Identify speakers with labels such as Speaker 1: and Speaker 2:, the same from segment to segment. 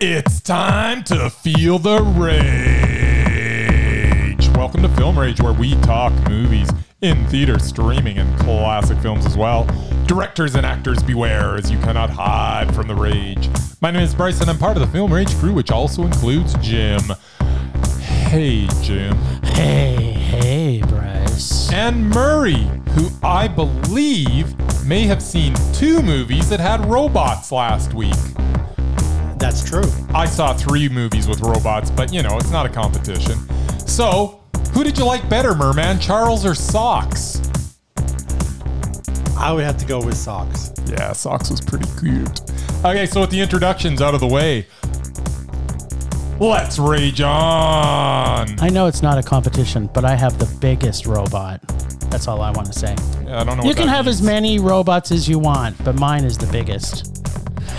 Speaker 1: It's time to feel the rage. Welcome to Film Rage, where we talk movies in theater, streaming, and classic films as well. Directors and actors beware, as you cannot hide from the rage. My name is Bryson. I'm part of the Film Rage crew, which also includes Jim. Hey, Jim.
Speaker 2: Hey, hey, Bryce.
Speaker 1: And Murray, who I believe may have seen two movies that had robots last week.
Speaker 2: That's true.
Speaker 1: I saw three movies with robots, but you know, it's not a competition. So, who did you like better, Merman, Charles or Socks?
Speaker 2: I would have to go with socks.
Speaker 1: Yeah, Socks was pretty cute. Okay, so with the introductions out of the way, let's rage on.
Speaker 3: I know it's not a competition, but I have the biggest robot. That's all I want to say.
Speaker 1: I don't know.
Speaker 3: You
Speaker 1: what
Speaker 3: can
Speaker 1: that
Speaker 3: have as
Speaker 1: means.
Speaker 3: many robots as you want, but mine is the biggest.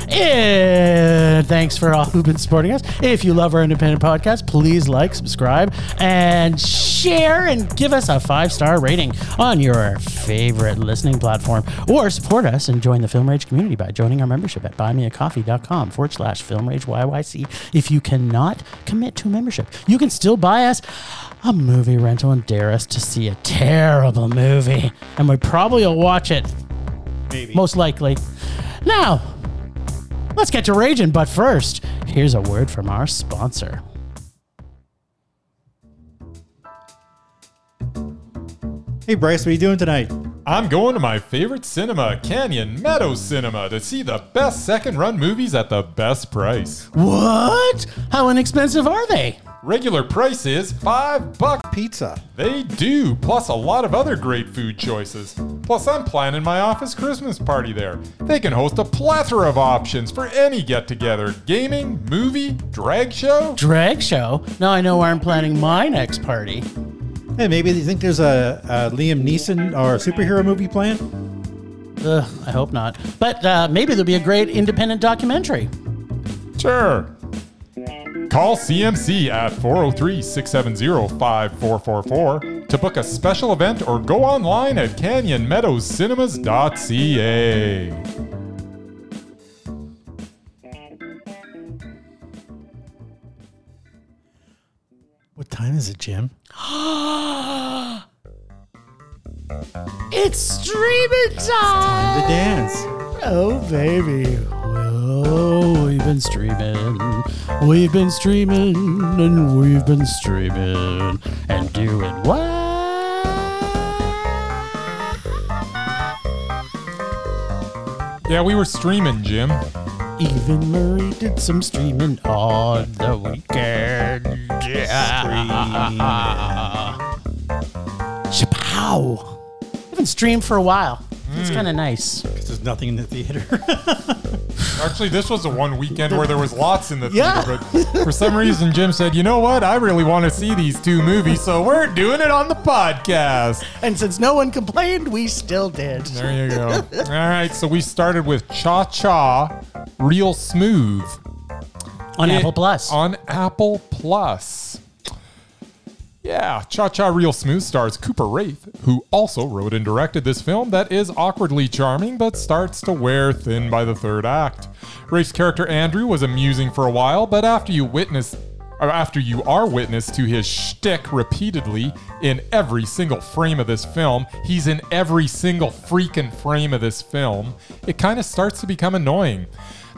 Speaker 3: Eh, thanks for all who've been supporting us. If you love our independent podcast, please like, subscribe, and share, and give us a five star rating on your favorite listening platform. Or support us and join the Film Rage community by joining our membership at buymeacoffee.com forward slash Film Rage YYC. If you cannot commit to membership, you can still buy us a movie rental and dare us to see a terrible movie. And we probably will watch it
Speaker 2: Maybe.
Speaker 3: most likely. Now, let's get to raging, but first, here's a word from our sponsor.
Speaker 2: hey, Bryce, what are you doing tonight?
Speaker 1: I'm going to my favorite cinema, Canyon Meadow Cinema, to see the best second run movies at the best price.
Speaker 3: What? How inexpensive are they?
Speaker 1: Regular price is five bucks.
Speaker 2: Pizza.
Speaker 1: They do, plus a lot of other great food choices. Plus, I'm planning my office Christmas party there. They can host a plethora of options for any get together gaming, movie, drag show.
Speaker 3: Drag show? Now I know where I'm planning my next party.
Speaker 2: Hey, maybe you think there's a, a Liam Neeson or a superhero movie planned?
Speaker 3: Ugh, I hope not. But uh, maybe there'll be a great independent documentary.
Speaker 1: Sure. Call CMC at 403 670 5444 to book a special event or go online at canyonmeadowscinemas.ca.
Speaker 2: What time is it, Jim?
Speaker 3: It's streaming time!
Speaker 2: The dance.
Speaker 3: Oh, baby. Oh, we've been streaming. We've been streaming. And we've been streaming. And doing what?
Speaker 1: Yeah, we were streaming, Jim.
Speaker 3: Even Murray did some streaming on the weekend. Yeah. Shapow. Haven't streamed for a while. It's kind of nice.
Speaker 2: There's nothing in the theater.
Speaker 1: Actually, this was the one weekend where there was lots in the
Speaker 3: Yeah.
Speaker 1: theater, but for some reason, Jim said, "You know what? I really want to see these two movies, so we're doing it on the podcast."
Speaker 3: And since no one complained, we still did.
Speaker 1: There you go. All right, so we started with Cha Cha, Real Smooth
Speaker 3: On
Speaker 1: It-
Speaker 3: Apple Plus.
Speaker 1: On Apple Plus. Yeah, Cha Cha Real Smooth stars Cooper Wraith, who also wrote and directed this film that is awkwardly charming but starts to wear thin by the third act. Wraith's character Andrew was amusing for a while, but after you witness or after you are witness to his shtick repeatedly in every single frame of this film, he's in every single freaking frame of this film, it kind of starts to become annoying.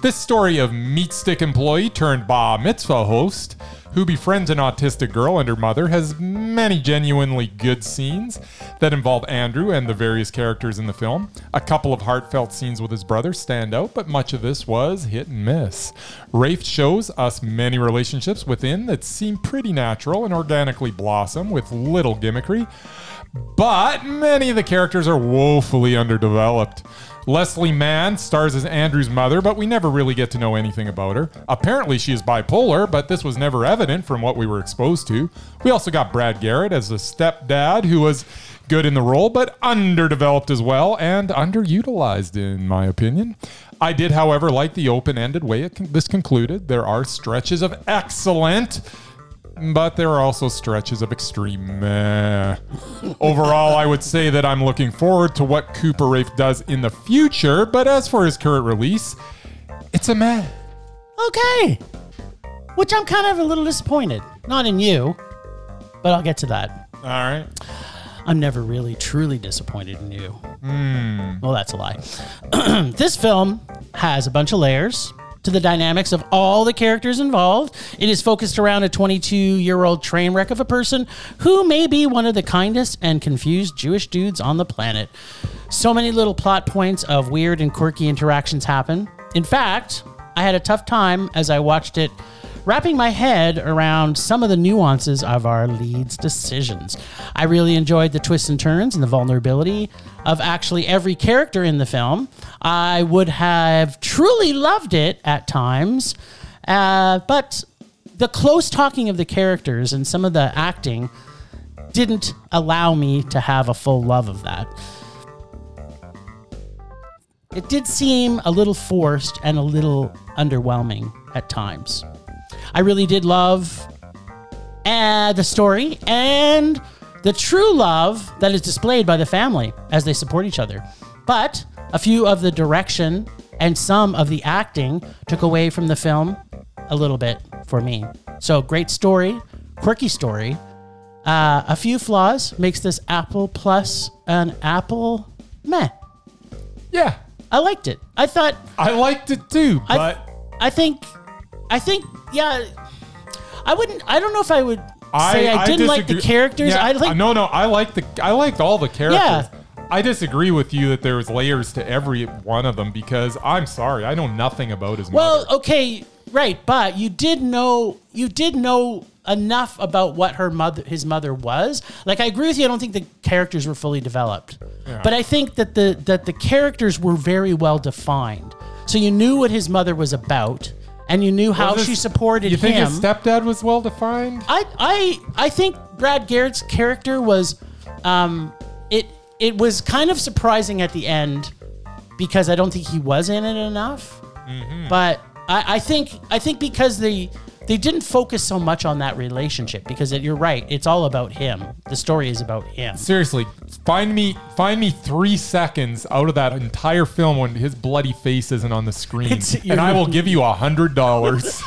Speaker 1: This story of meat stick employee turned bar mitzvah host who befriends an autistic girl and her mother has many genuinely good scenes that involve Andrew and the various characters in the film. A couple of heartfelt scenes with his brother stand out, but much of this was hit and miss. Rafe shows us many relationships within that seem pretty natural and organically blossom with little gimmickry but many of the characters are woefully underdeveloped. Leslie Mann stars as Andrew's mother, but we never really get to know anything about her. Apparently, she is bipolar, but this was never evident from what we were exposed to. We also got Brad Garrett as the stepdad, who was good in the role, but underdeveloped as well and underutilized, in my opinion. I did, however, like the open ended way it con- this concluded. There are stretches of excellent but there are also stretches of extreme meh. Overall, I would say that I'm looking forward to what Cooper Rafe does in the future, but as for his current release, it's a meh.
Speaker 3: Okay. which I'm kind of a little disappointed. Not in you, but I'll get to that.
Speaker 1: All right.
Speaker 3: I'm never really truly disappointed in you. Well, that's a lie. this film has a bunch of layers to the dynamics of all the characters involved. It is focused around a 22 year old train wreck of a person who may be one of the kindest and confused Jewish dudes on the planet. So many little plot points of weird and quirky interactions happen. In fact, I had a tough time as I watched it wrapping my head around some of the nuances of our lead's decisions. I really enjoyed the twists and turns and the vulnerability of actually every character in the film. I would have truly loved it at times, uh, but the close talking of the characters and some of the acting didn't allow me to have a full love of that. It did seem a little forced and a little underwhelming at times. I really did love uh, the story and the true love that is displayed by the family as they support each other. But a few of the direction and some of the acting took away from the film a little bit for me. So great story, quirky story. Uh, a few flaws makes this Apple Plus an Apple meh.
Speaker 1: Yeah,
Speaker 3: I liked it. I thought
Speaker 1: I liked it too,
Speaker 3: I-
Speaker 1: but
Speaker 3: I think, I think, yeah. I wouldn't. I don't know if I would say I, didn't like the
Speaker 1: disagree-
Speaker 3: characters.
Speaker 1: Yeah,
Speaker 3: I like.
Speaker 1: no, no. I like the. I liked all the characters.
Speaker 3: Yeah.
Speaker 1: I disagree with you that there was layers to every one of them because I'm sorry, I know nothing about his
Speaker 3: well,
Speaker 1: mother.
Speaker 3: okay, right, but you did know. You did know enough about what her mother, his mother, was. Like, I agree with you. I don't think the characters were fully developed,
Speaker 1: Yeah.
Speaker 3: but I think that the that the characters were very well defined. So you knew what his mother was about, and you knew how
Speaker 1: Was
Speaker 3: she
Speaker 1: his-
Speaker 3: supported
Speaker 1: You think
Speaker 3: him.
Speaker 1: his stepdad was well defined?
Speaker 3: I I I think Brad Garrett's character was um it it was kind of surprising at the end because I don't think he was in it enough. But I, I think I think because they they didn't focus so much on that relationship because it, you're right, it's all about him. The story is about him.
Speaker 1: Seriously, find me find me three seconds out of that entire film when his bloody face isn't on the screen,
Speaker 3: It's-
Speaker 1: and I will give you a hundred dollars.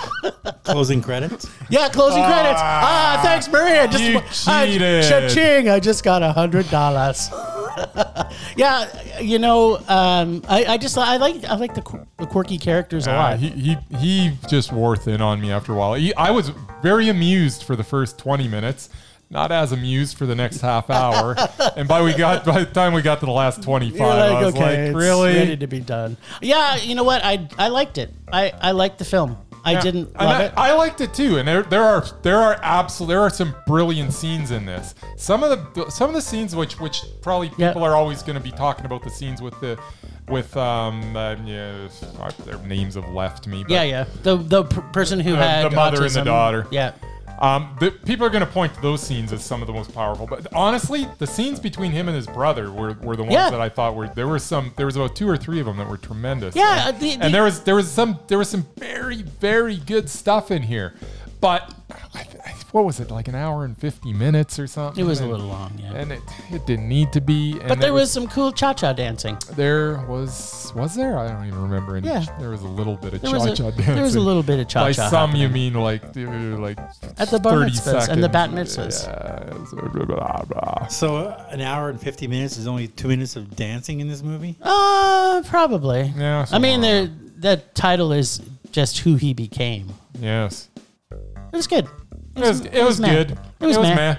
Speaker 2: Closing credits.
Speaker 3: Yeah, closing credits. Ah, thanks, Maria. Just
Speaker 1: you cheated.
Speaker 3: I, cha-ching, I just got a hundred dollars. yeah, you know, um, I, I just I like I like the, qu- the quirky characters a
Speaker 1: Uh,
Speaker 3: lot.
Speaker 1: he, he he just wore thin on me after a while. He, I was very amused for the first 20 minutes, not as amused for the next half hour. and by we got by the time we got to the last 25,
Speaker 3: You're
Speaker 1: I was
Speaker 3: it's
Speaker 1: like, really?
Speaker 3: ready to be done. Yeah, you know what? I I liked it. I I liked the film. I
Speaker 1: Yeah.
Speaker 3: didn't
Speaker 1: And
Speaker 3: love
Speaker 1: I,
Speaker 3: it.
Speaker 1: I liked it too. And there, there are there are absolute there are some brilliant scenes in this. Some of the some of the scenes which which probably people
Speaker 3: Yeah.
Speaker 1: are always going to be talking about the scenes with the with um uh, yeah, uh, their names have left me. But
Speaker 3: yeah, yeah. The the per- person who
Speaker 1: The-
Speaker 3: had
Speaker 1: the mother and the
Speaker 3: autism.
Speaker 1: daughter.
Speaker 3: Yeah.
Speaker 1: Um, the, people are going to point to those scenes as some of the most powerful. But honestly, the scenes between him and his brother were, were the ones
Speaker 3: Yeah.
Speaker 1: that I thought were there were some there was about two or three of them that were tremendous.
Speaker 3: Yeah,
Speaker 1: and,
Speaker 3: uh, the- the-
Speaker 1: and there was there was some there was some very very good stuff in here, but I, I, what was it like an hour and fifty minutes or something?
Speaker 3: It was a
Speaker 1: And-
Speaker 3: little long, yeah.
Speaker 1: and it, it didn't need to be. And
Speaker 3: but
Speaker 1: it
Speaker 3: there was some cool cha cha dancing.
Speaker 1: there was was there? I don't even remember. Any,
Speaker 3: Yeah.
Speaker 1: there was a little bit of
Speaker 3: There
Speaker 1: cha
Speaker 3: was
Speaker 1: cha
Speaker 3: a-
Speaker 1: dancing.
Speaker 3: there was a little bit of
Speaker 1: By
Speaker 3: cha-cha
Speaker 1: some you mean like uh, like
Speaker 3: At the bar
Speaker 1: 30
Speaker 3: mitzvahs and the bat
Speaker 1: seconds.
Speaker 3: mitzvahs.
Speaker 1: Yeah, blah, blah, blah.
Speaker 2: So uh, an hour and fifty minutes is only two minutes of dancing in this movie.
Speaker 3: Uh, probably.
Speaker 1: Yeah,
Speaker 3: I mean,
Speaker 1: somewhere
Speaker 3: the the title is just who he became.
Speaker 1: Yes,
Speaker 3: It was good.
Speaker 1: it was it was
Speaker 3: meh.
Speaker 1: good.
Speaker 3: It was meh.
Speaker 1: meh.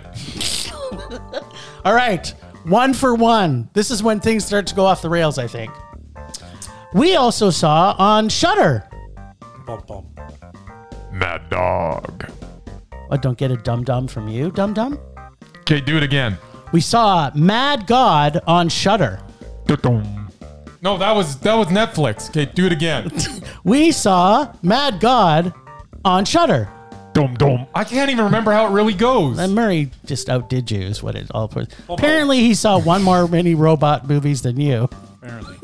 Speaker 3: All right, one for one. This is when things start to go off the rails. I think. We also saw on Shutter.
Speaker 2: Bum, bum.
Speaker 1: Mad dog.
Speaker 3: I Oh, don't get a dum dum from you, dum dum.
Speaker 1: Okay, do it again.
Speaker 3: We saw Mad God on Shutter.
Speaker 1: Dum-dum. No, that was that was Netflix. Okay, do it again.
Speaker 3: We saw Mad God on Shutter.
Speaker 1: dum dum. I can't even remember how it really goes.
Speaker 3: And Murray just outdid you, is what it all. Apparently, he saw one more mini robot movies than you.
Speaker 2: Apparently.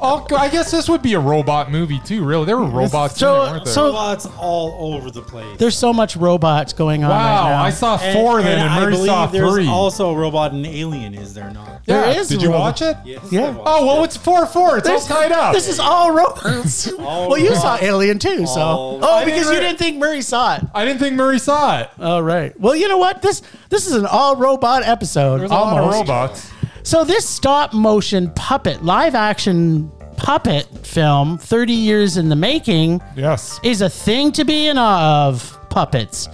Speaker 1: All, Oh, I guess this would be a robot movie too. Really, there were robots.
Speaker 3: So-
Speaker 1: in it, weren't there?
Speaker 3: so-
Speaker 4: Robots all over the place.
Speaker 3: There's so much robots going on right now.
Speaker 1: wow, I saw
Speaker 4: And-
Speaker 1: four then, and,
Speaker 4: I
Speaker 1: Murray
Speaker 4: believe
Speaker 1: saw
Speaker 4: there's
Speaker 1: three.
Speaker 4: also a robot in Alien, is there not?
Speaker 1: yeah,
Speaker 3: There is
Speaker 1: did you
Speaker 3: robo-
Speaker 1: watch it?
Speaker 4: Yes.
Speaker 3: Yeah.
Speaker 4: I watched
Speaker 1: Oh well,
Speaker 4: it.
Speaker 1: it's four four. It's all tied up.
Speaker 3: This is all robots.
Speaker 4: All
Speaker 3: well, you saw
Speaker 4: robots.
Speaker 3: Alien too, so
Speaker 4: All-
Speaker 3: oh,
Speaker 1: I
Speaker 3: because
Speaker 1: didn't
Speaker 3: you
Speaker 1: re-
Speaker 3: didn't think Murray saw it.
Speaker 1: I didn't think Murray saw it.
Speaker 3: All right. Well, you know what? This this is an all robot episode.
Speaker 1: There's a
Speaker 3: almost.
Speaker 1: lot of robots.
Speaker 3: So this stop motion puppet, live action puppet film, 30 years in the making,
Speaker 1: Yes.
Speaker 3: is a thing to be in awe of puppets.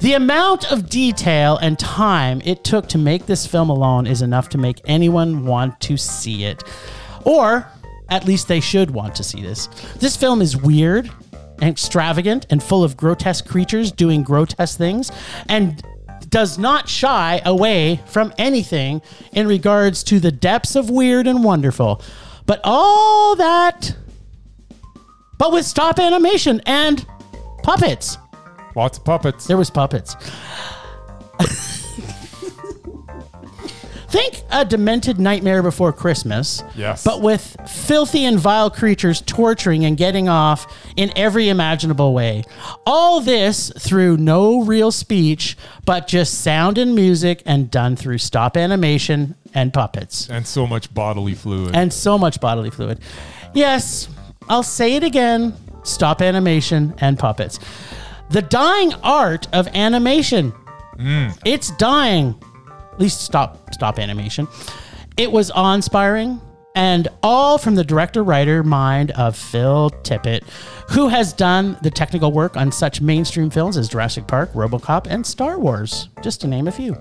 Speaker 3: The amount of detail and time it took to make this film alone is enough to make anyone want to see it. Or at least they should want to see this. This film is weird and extravagant and full of grotesque creatures doing grotesque things and does not shy away from anything in regards to the depths of weird and wonderful. But all that but with stop animation and puppets.
Speaker 1: Lots of puppets.
Speaker 3: There was puppets. Think a demented nightmare before Christmas.
Speaker 1: Yes.
Speaker 3: But with filthy and vile creatures torturing and getting off in every imaginable way. All this through no real speech, but just sound and music and done through stop animation and puppets
Speaker 1: And so much bodily fluid.
Speaker 3: and so much bodily fluid. Yes, I'll say it again stop animation and puppets. The dying art of animation. It's dying. At least stop stop animation. It was awe-inspiring and all from the director writer mind of Phil Tippett, who has done the technical work on such mainstream films as Jurassic Park, RoboCop, and Star Wars, just to name a few.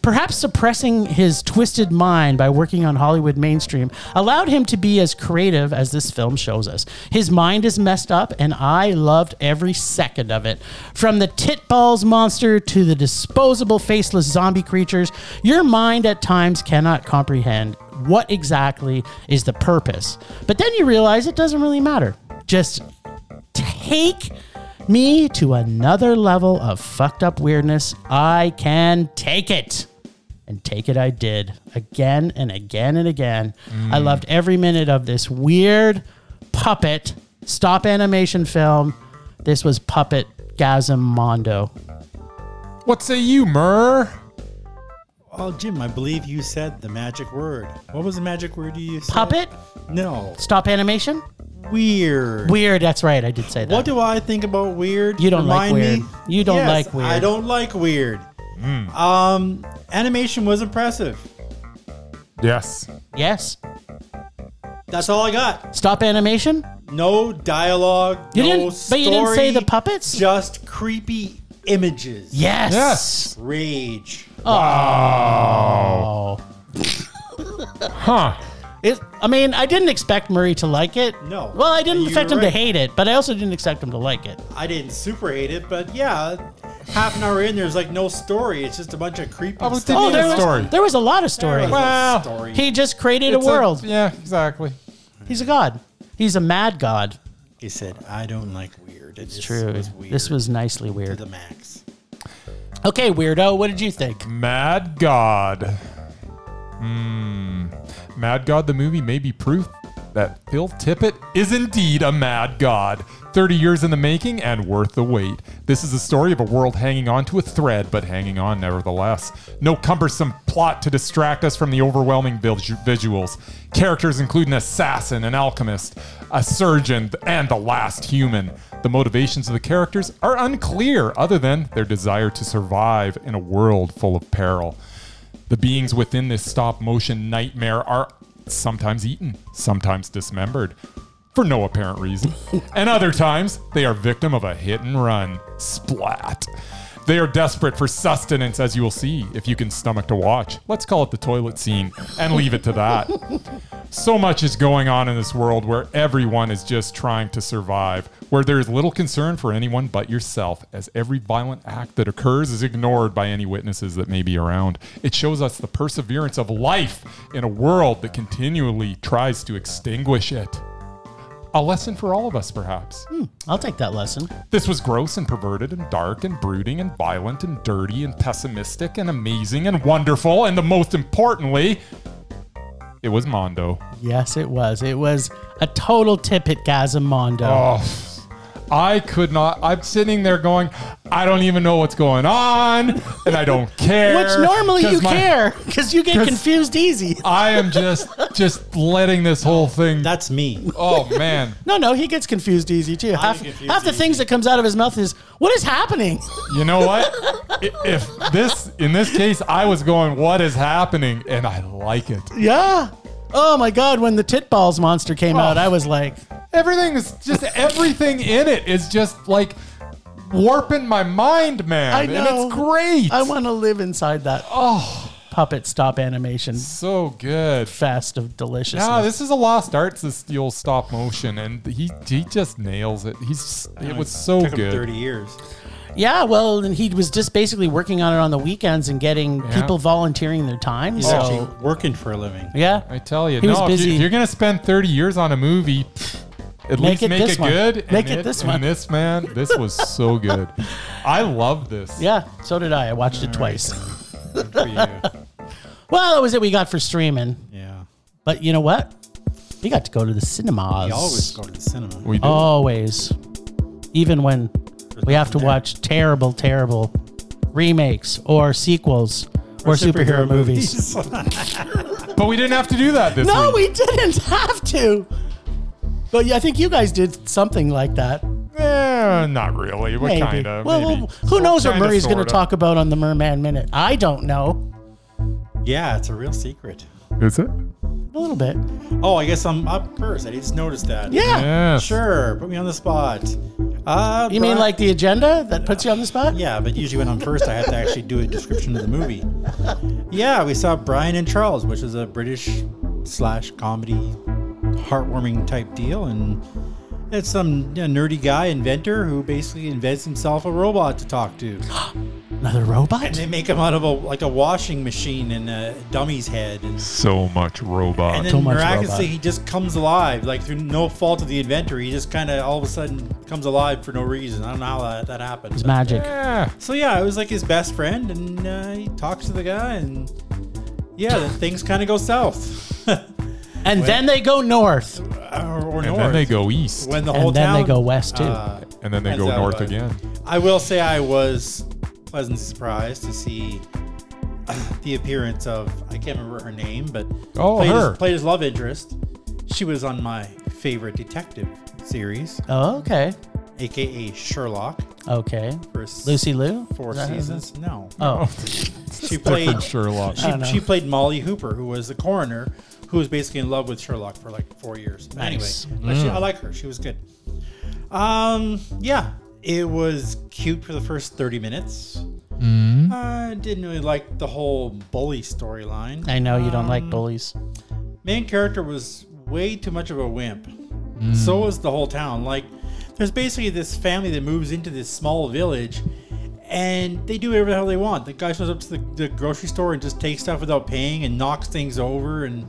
Speaker 3: Perhaps suppressing his twisted mind by working on Hollywood mainstream allowed him to be as creative as this film shows us. His mind is messed up, and I loved every second of it. From the titballs monster to the disposable faceless zombie creatures, your mind at times cannot comprehend what exactly is the purpose. But then you realize it doesn't really matter. Just take me to another level of fucked up weirdness. I can take it. And take it I did again and again and again. I loved every minute of this weird puppet stop animation film. This was puppet Gasm Mondo.
Speaker 1: What say you, Murr?
Speaker 4: Oh, Jim, I believe you said the magic word. What was the magic word you used?
Speaker 3: Puppet
Speaker 4: No.
Speaker 3: stop animation?
Speaker 4: Weird.
Speaker 3: Weird, that's right. I did say that.
Speaker 4: What do I think about weird?
Speaker 3: You don't like
Speaker 4: Remind me?
Speaker 3: weird. You don't
Speaker 4: Yes,
Speaker 3: like weird.
Speaker 4: I don't like weird.
Speaker 1: Hmm.
Speaker 4: Um, animation was impressive.
Speaker 1: Yes.
Speaker 3: yes.
Speaker 4: That's all I got.
Speaker 3: Stop animation?
Speaker 4: No dialogue.
Speaker 3: You
Speaker 4: no
Speaker 3: didn't but you didn't say
Speaker 4: story,
Speaker 3: the puppets?
Speaker 4: Just creepy images.
Speaker 3: Yes.
Speaker 1: Yes.
Speaker 4: Rage.
Speaker 3: Oh.
Speaker 1: Huh.
Speaker 3: It, I mean, I didn't expect Murray to like it.
Speaker 4: No.
Speaker 3: Well, I didn't
Speaker 4: You're
Speaker 3: expect him to
Speaker 4: right.
Speaker 3: hate it, but I also didn't expect him to like it.
Speaker 4: I didn't super hate it, but yeah, half an hour in, there's like no story. It's just a bunch of creepy.
Speaker 1: Oh,
Speaker 4: stuff.
Speaker 1: didn't-
Speaker 3: Oh,
Speaker 1: need
Speaker 3: there
Speaker 1: a
Speaker 3: was,
Speaker 1: story.
Speaker 3: there was a lot of story.
Speaker 4: There was no
Speaker 1: Wow.
Speaker 4: story.
Speaker 3: He just created
Speaker 1: It's
Speaker 3: a world.
Speaker 1: yeah, exactly.
Speaker 3: He's a god. He's a mad god.
Speaker 4: He said, "I don't like weird." It's
Speaker 3: True.
Speaker 4: Was weird
Speaker 3: This was nicely
Speaker 4: to
Speaker 3: weird.
Speaker 4: the max.
Speaker 3: Okay, weirdo, what did you think?
Speaker 1: Mad God. Hmm. Mad God, the movie, may be proof that Phil Tippett is indeed a mad god. 30 years in the making and worth the wait. This is a story of a world hanging on to a thread, but hanging on nevertheless. No cumbersome plot to distract us from the overwhelming vil- visuals. Characters include an assassin, an alchemist, a surgeon, and the last human. The motivations of the characters are unclear, other than their desire to survive in a world full of peril. The beings within this stop motion nightmare are sometimes eaten, sometimes dismembered, for no apparent reason. and other times, they are victim of a hit and run. Splat. They are desperate for sustenance, as you will see, if you can stomach to watch. Let's call it the toilet scene and leave it to that. So much is going on in this world where everyone is just trying to survive, where there is little concern for anyone but yourself, as every violent act that occurs is ignored by any witnesses that may be around. It shows us the perseverance of life in a world that continually tries to extinguish it. A lesson for all of us, perhaps.
Speaker 3: I'll take that lesson.
Speaker 1: This was gross and perverted and dark and brooding and violent and dirty and pessimistic and amazing and wonderful and the most importantly, It was Mondo.
Speaker 3: Yes, it was. It was a total tippet gazamondo.
Speaker 1: Oh, I could not. I'm sitting there going, I don't even know what's going on, and I don't care.
Speaker 3: Which normally
Speaker 1: Oh, 'cause
Speaker 3: you
Speaker 1: my-
Speaker 3: care because you get
Speaker 1: 'cause-
Speaker 3: confused easy.
Speaker 1: I am just just letting this whole thing.
Speaker 4: That's me.
Speaker 1: Oh man,
Speaker 3: No, no, he gets confused easy too. Half,
Speaker 4: confused
Speaker 3: half the
Speaker 4: easy.
Speaker 3: things that comes out of his mouth is, "What is happening?"
Speaker 1: you know what? I- If this in this case, I was going, what is happening, and I like it.
Speaker 3: yeah. Oh my God! When the tit balls monster came out, I was like,
Speaker 1: Everything is just everything in it is just like warping my mind, man.
Speaker 3: I
Speaker 1: And
Speaker 3: know.
Speaker 1: it's great.
Speaker 3: I want to live inside that
Speaker 1: Oh.
Speaker 3: puppet stop animation
Speaker 1: so good.
Speaker 3: fest of deliciousness.
Speaker 1: No, this is a lost art to steal stop motion, and he he just nails it. He's it was so
Speaker 4: Took him
Speaker 1: good.
Speaker 4: Thirty years.
Speaker 3: yeah, well, and he was just basically working on it on the weekends and getting
Speaker 1: Yeah.
Speaker 3: people volunteering their time.
Speaker 4: He's
Speaker 3: so
Speaker 4: actually working for a living.
Speaker 3: yeah,
Speaker 1: I tell you,
Speaker 3: He was
Speaker 1: no, if, you,
Speaker 3: busy.
Speaker 1: if you're gonna spend 30 years on a movie, at
Speaker 3: Make
Speaker 1: least
Speaker 3: it
Speaker 1: make
Speaker 3: this
Speaker 1: it
Speaker 3: one.
Speaker 1: good. and
Speaker 3: Make it this
Speaker 1: and
Speaker 3: one.
Speaker 1: this man, this was so good. I love this.
Speaker 3: yeah. So did I. I watched it twice.
Speaker 4: For you.
Speaker 3: Well, that was it we got for streaming.
Speaker 4: Yeah.
Speaker 3: But you know what? We got to go to the cinemas.
Speaker 4: He always go to the cinema.
Speaker 1: We did.
Speaker 3: Uh, Always. Even when we have to
Speaker 4: nothing there.
Speaker 3: watch terrible, terrible remakes or sequels or, superhero, movies.
Speaker 1: but we didn't have to do that this
Speaker 3: No,
Speaker 1: week.
Speaker 3: we didn't have to. But yeah, I think you guys did something like that.
Speaker 1: No, eh, not really. What
Speaker 3: Maybe.
Speaker 1: kind of?
Speaker 3: well,
Speaker 1: maybe.
Speaker 3: well, who knows what
Speaker 1: Kinda,
Speaker 3: Murray's going to
Speaker 1: sorta.
Speaker 3: talk about on the Merman Minute? I don't know.
Speaker 4: yeah, it's a real secret.
Speaker 1: Is it?
Speaker 3: A little bit.
Speaker 4: Oh, I guess I'm up first. I just noticed that.
Speaker 3: Yeah.
Speaker 1: Yeah.
Speaker 4: Sure. Put me on the spot. Uh,
Speaker 3: You mean
Speaker 4: Bri-
Speaker 3: like the agenda that puts you on the spot?
Speaker 4: Yeah, but usually when I'm first, I have to actually do a description of the movie. Yeah, we saw Brian and Charles, which is a British slash comedy, heartwarming type deal, and it's some you know, nerdy guy inventor who basically invents himself a robot to talk to.
Speaker 3: Another robot?
Speaker 4: They make him out of a like a washing machine and a dummy's head, and,
Speaker 1: So much robot.
Speaker 4: and
Speaker 3: Oh, Too
Speaker 4: then
Speaker 3: much
Speaker 4: miraculously
Speaker 3: robot.
Speaker 4: he just comes alive, like through no fault of the inventor. He just kind of all of a sudden comes alive for no reason. I don't know how that, that happened.
Speaker 3: It's
Speaker 4: but-
Speaker 3: magic.
Speaker 1: yeah.
Speaker 4: So yeah, it was like his best friend, and uh, he talks to the guy, and yeah, then things kind of go south, or,
Speaker 3: And then they go north.
Speaker 4: or
Speaker 1: And
Speaker 4: north.
Speaker 1: then they go east.
Speaker 4: when the
Speaker 3: And
Speaker 4: whole
Speaker 3: then they
Speaker 4: town, uh,
Speaker 3: go west, too.
Speaker 1: and then they
Speaker 4: ends uh,
Speaker 1: go
Speaker 4: out,
Speaker 1: north
Speaker 4: but
Speaker 1: again.
Speaker 4: I will say I was pleasantly surprised to see the appearance of I can't remember her name, but
Speaker 1: Oh,
Speaker 4: played,
Speaker 1: her.
Speaker 4: His, played his love interest. She was on my favorite detective series,
Speaker 3: Oh, okay.
Speaker 4: aka Sherlock,
Speaker 3: Okay.
Speaker 4: for s-
Speaker 3: Lucy Lou?
Speaker 4: four
Speaker 3: Is that her name?
Speaker 4: seasons. No,
Speaker 1: Uh,
Speaker 3: Oh,
Speaker 4: she
Speaker 1: Different
Speaker 4: played
Speaker 1: Sherlock.
Speaker 3: don't know.
Speaker 4: She, she played Molly Hooper, who was the coroner, who was basically in love with Sherlock for like four years. But
Speaker 3: Nice. Mm.
Speaker 4: Anyway, but she- I like her. She was good. Um, yeah, it was cute for the first thirty minutes.
Speaker 3: Mm.
Speaker 4: I didn't really like the whole bully storyline.
Speaker 3: I know you don't
Speaker 4: Um,
Speaker 3: like bullies.
Speaker 4: Main character was way too much of a wimp. So was the whole town. Like, there's basically this family that moves into this small village. And they do whatever the hell they want. The guy shows up to the, the grocery store and just takes stuff without paying and knocks things over. And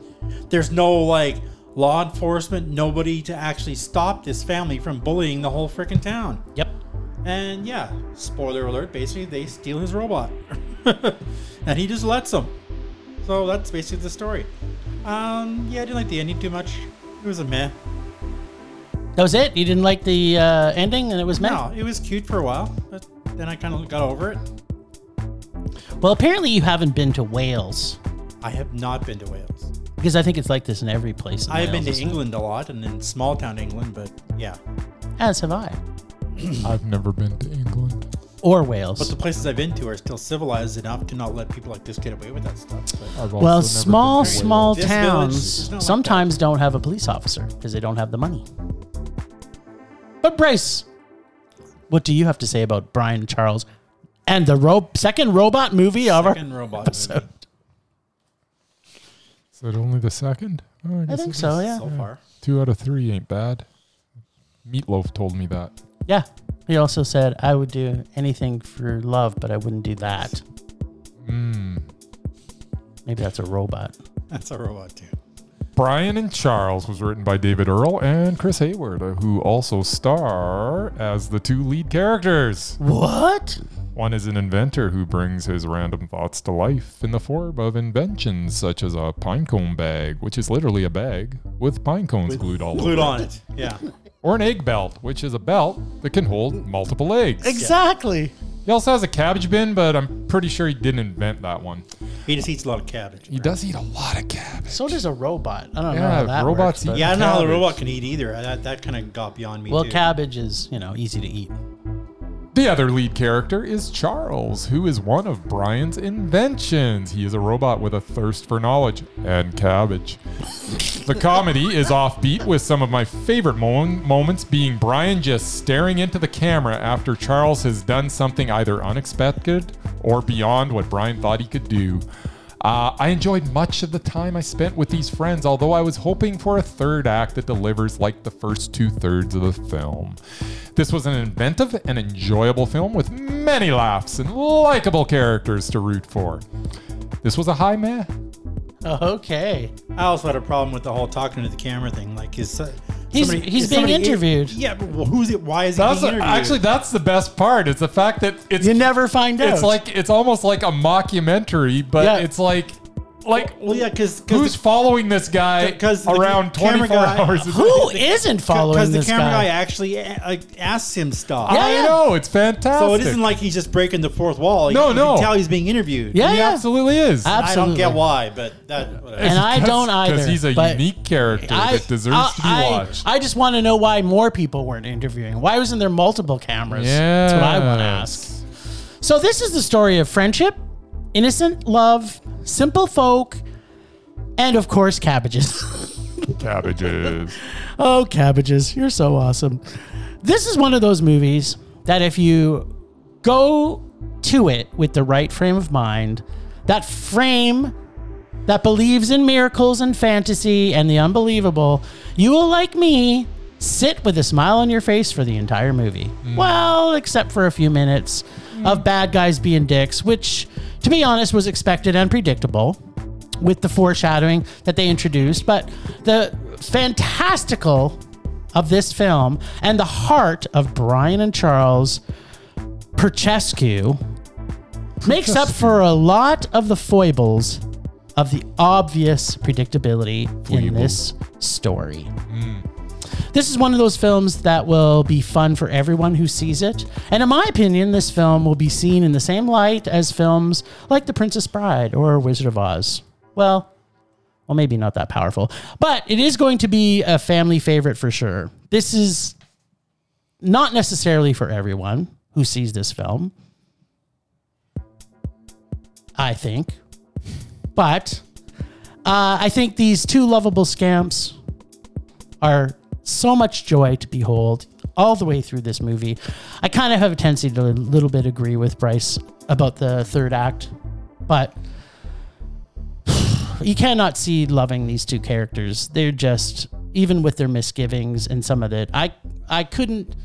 Speaker 4: there's no like law enforcement, nobody to actually stop this family from bullying the whole freaking town.
Speaker 3: Yep.
Speaker 4: And yeah, spoiler alert, basically they steal his robot. and he just lets them. So that's basically the story. Um, yeah, I didn't like the ending too much. It was a meh.
Speaker 3: That was it. You didn't like the uh, ending, and it was meant.
Speaker 4: No, it was cute for a while, but then I kind of got over it.
Speaker 3: Well, apparently you haven't been to Wales
Speaker 4: I have not been to Wales.
Speaker 3: because I think it's like this in every place. In
Speaker 4: I have
Speaker 3: Wales,
Speaker 4: been to
Speaker 3: isn't it?
Speaker 4: England a lot and in small town England, but yeah.
Speaker 3: As have I.
Speaker 1: I've never been to England.
Speaker 3: Or
Speaker 4: But
Speaker 3: Wales.
Speaker 4: the places I've been to are still civilized enough to not let people like this get away with that stuff. But
Speaker 1: I've
Speaker 3: Well,
Speaker 1: also never
Speaker 3: small,
Speaker 1: been to
Speaker 3: small
Speaker 4: This village
Speaker 3: towns
Speaker 4: is not like
Speaker 3: sometimes don't have a police officer because they don't have the money. But Brace, what do you have to say about Brian Charles and the ro- second robot movie of our
Speaker 4: second robot
Speaker 3: episode?
Speaker 1: Is it only the second? Oh,
Speaker 3: I
Speaker 1: guess
Speaker 3: think
Speaker 1: it
Speaker 3: so.
Speaker 1: is.
Speaker 3: Yeah.
Speaker 4: movie so far.
Speaker 1: Two out of three ain't bad. Meatloaf told me that.
Speaker 3: Yeah. He also said, I would do anything for love, but I wouldn't do that.
Speaker 1: Hmm.
Speaker 3: Maybe that's a robot.
Speaker 4: That's a robot too.
Speaker 1: Brian and Charles was written by David Earl and Chris Hayward, uh, who also star as the two lead characters.
Speaker 3: What?
Speaker 1: One is an inventor who brings his random thoughts to life in the form of inventions such as a pinecone bag, which is literally a bag with pine cones glued all over
Speaker 4: Glued
Speaker 1: it,
Speaker 4: on it. Yeah.
Speaker 1: or an egg belt, which is a belt that can hold multiple eggs.
Speaker 3: Exactly.
Speaker 1: He also has a cabbage bin, but I'm pretty sure he didn't invent that one.
Speaker 4: He just eats a lot of cabbage.
Speaker 1: He does eat a lot of cabbage.
Speaker 3: So does a robot. I don't know how
Speaker 1: Yeah,
Speaker 3: that
Speaker 1: robots
Speaker 3: works, but-
Speaker 1: eat
Speaker 4: Yeah, I don't know how the
Speaker 1: cabbage.
Speaker 4: robot can eat either. That, that kind of got beyond me.
Speaker 3: Well,
Speaker 4: too.
Speaker 3: cabbage is you know easy to eat.
Speaker 1: The other lead character is Charles, who is one of Brian's inventions. He is a robot with a thirst for knowledge and cabbage. the comedy is offbeat, with some of my favorite mo- moments being Brian just staring into the camera after Charles has done something either unexpected or beyond what Brian thought he could do. Uh, I enjoyed much of the time I spent with these friends, although I was hoping for a third act that delivers like the first two thirds of the film. This was an inventive and enjoyable film with many laughs and likable characters to root for. This was a high meh.
Speaker 3: Okay.
Speaker 4: I also had a problem with the whole talking to the camera thing. Like, is uh,
Speaker 3: He's- he's
Speaker 4: is
Speaker 3: being
Speaker 4: somebody-
Speaker 3: interviewed.
Speaker 4: yeah, but who's it? Why is he
Speaker 1: That's
Speaker 4: being interviewed?
Speaker 1: actually that's the best part. It's the fact that it's
Speaker 3: You never find out.
Speaker 1: it's like it's almost like a mockumentary, but
Speaker 3: Yeah.
Speaker 1: it's like like
Speaker 4: well, yeah, because
Speaker 1: who's following this guy
Speaker 4: 'cause the
Speaker 1: around
Speaker 4: camera
Speaker 1: 24
Speaker 4: guy-
Speaker 1: hours? a day?
Speaker 3: who isn't following
Speaker 4: because the
Speaker 3: this
Speaker 4: camera guy,
Speaker 3: guy?
Speaker 4: actually uh, like asks him stuff.
Speaker 3: Yeah.
Speaker 1: I know it's fantastic.
Speaker 4: So it isn't like he's just breaking the fourth wall. You-
Speaker 1: No,
Speaker 4: you
Speaker 1: no.
Speaker 4: Can tell he's being interviewed.
Speaker 3: Yeah,
Speaker 1: he
Speaker 3: yeah.
Speaker 1: absolutely is.
Speaker 4: I don't
Speaker 3: Absolutely.
Speaker 4: get why, but that. whatever.
Speaker 3: And I don't either.
Speaker 1: because he's a
Speaker 3: but
Speaker 1: unique character
Speaker 3: I-
Speaker 1: that deserves
Speaker 3: I-
Speaker 1: to be
Speaker 3: I-
Speaker 1: watched.
Speaker 3: I just want to know why more people weren't interviewing. Why wasn't there multiple cameras? That's what I want to ask.
Speaker 1: Yes.
Speaker 3: So this is the story of friendship, innocent love, simple folk, and of course cabbages.
Speaker 1: Cabbages.
Speaker 3: oh, cabbages, you're so awesome. This is one of those movies that if you go to it with the right frame of mind, that frame that believes in miracles and fantasy and the unbelievable, you will like me sit with a smile on your face for the entire movie. Well, except for a few minutes of bad guys being dicks, which to be honest was expected and predictable with the foreshadowing that they introduced, but the fantastical of this film and the heart of Brian and Charles Perchescu makes up for a lot of the foibles of the obvious predictability in this story. This is one of those films that will be fun for everyone who sees it. And in my opinion, this film will be seen in the same light as films like The Princess Bride or Wizard of Oz. Well, well, maybe not that powerful, but it is going to be a family favorite for sure. This is not necessarily for everyone who sees this film, I think. But uh, I think these two lovable scamps are so much joy to behold all the way through this movie. I kind of have a tendency to a little bit agree with Bryce about the third act, but you cannot see loving these two characters. They're just even with their misgivings and some of it. I I couldn't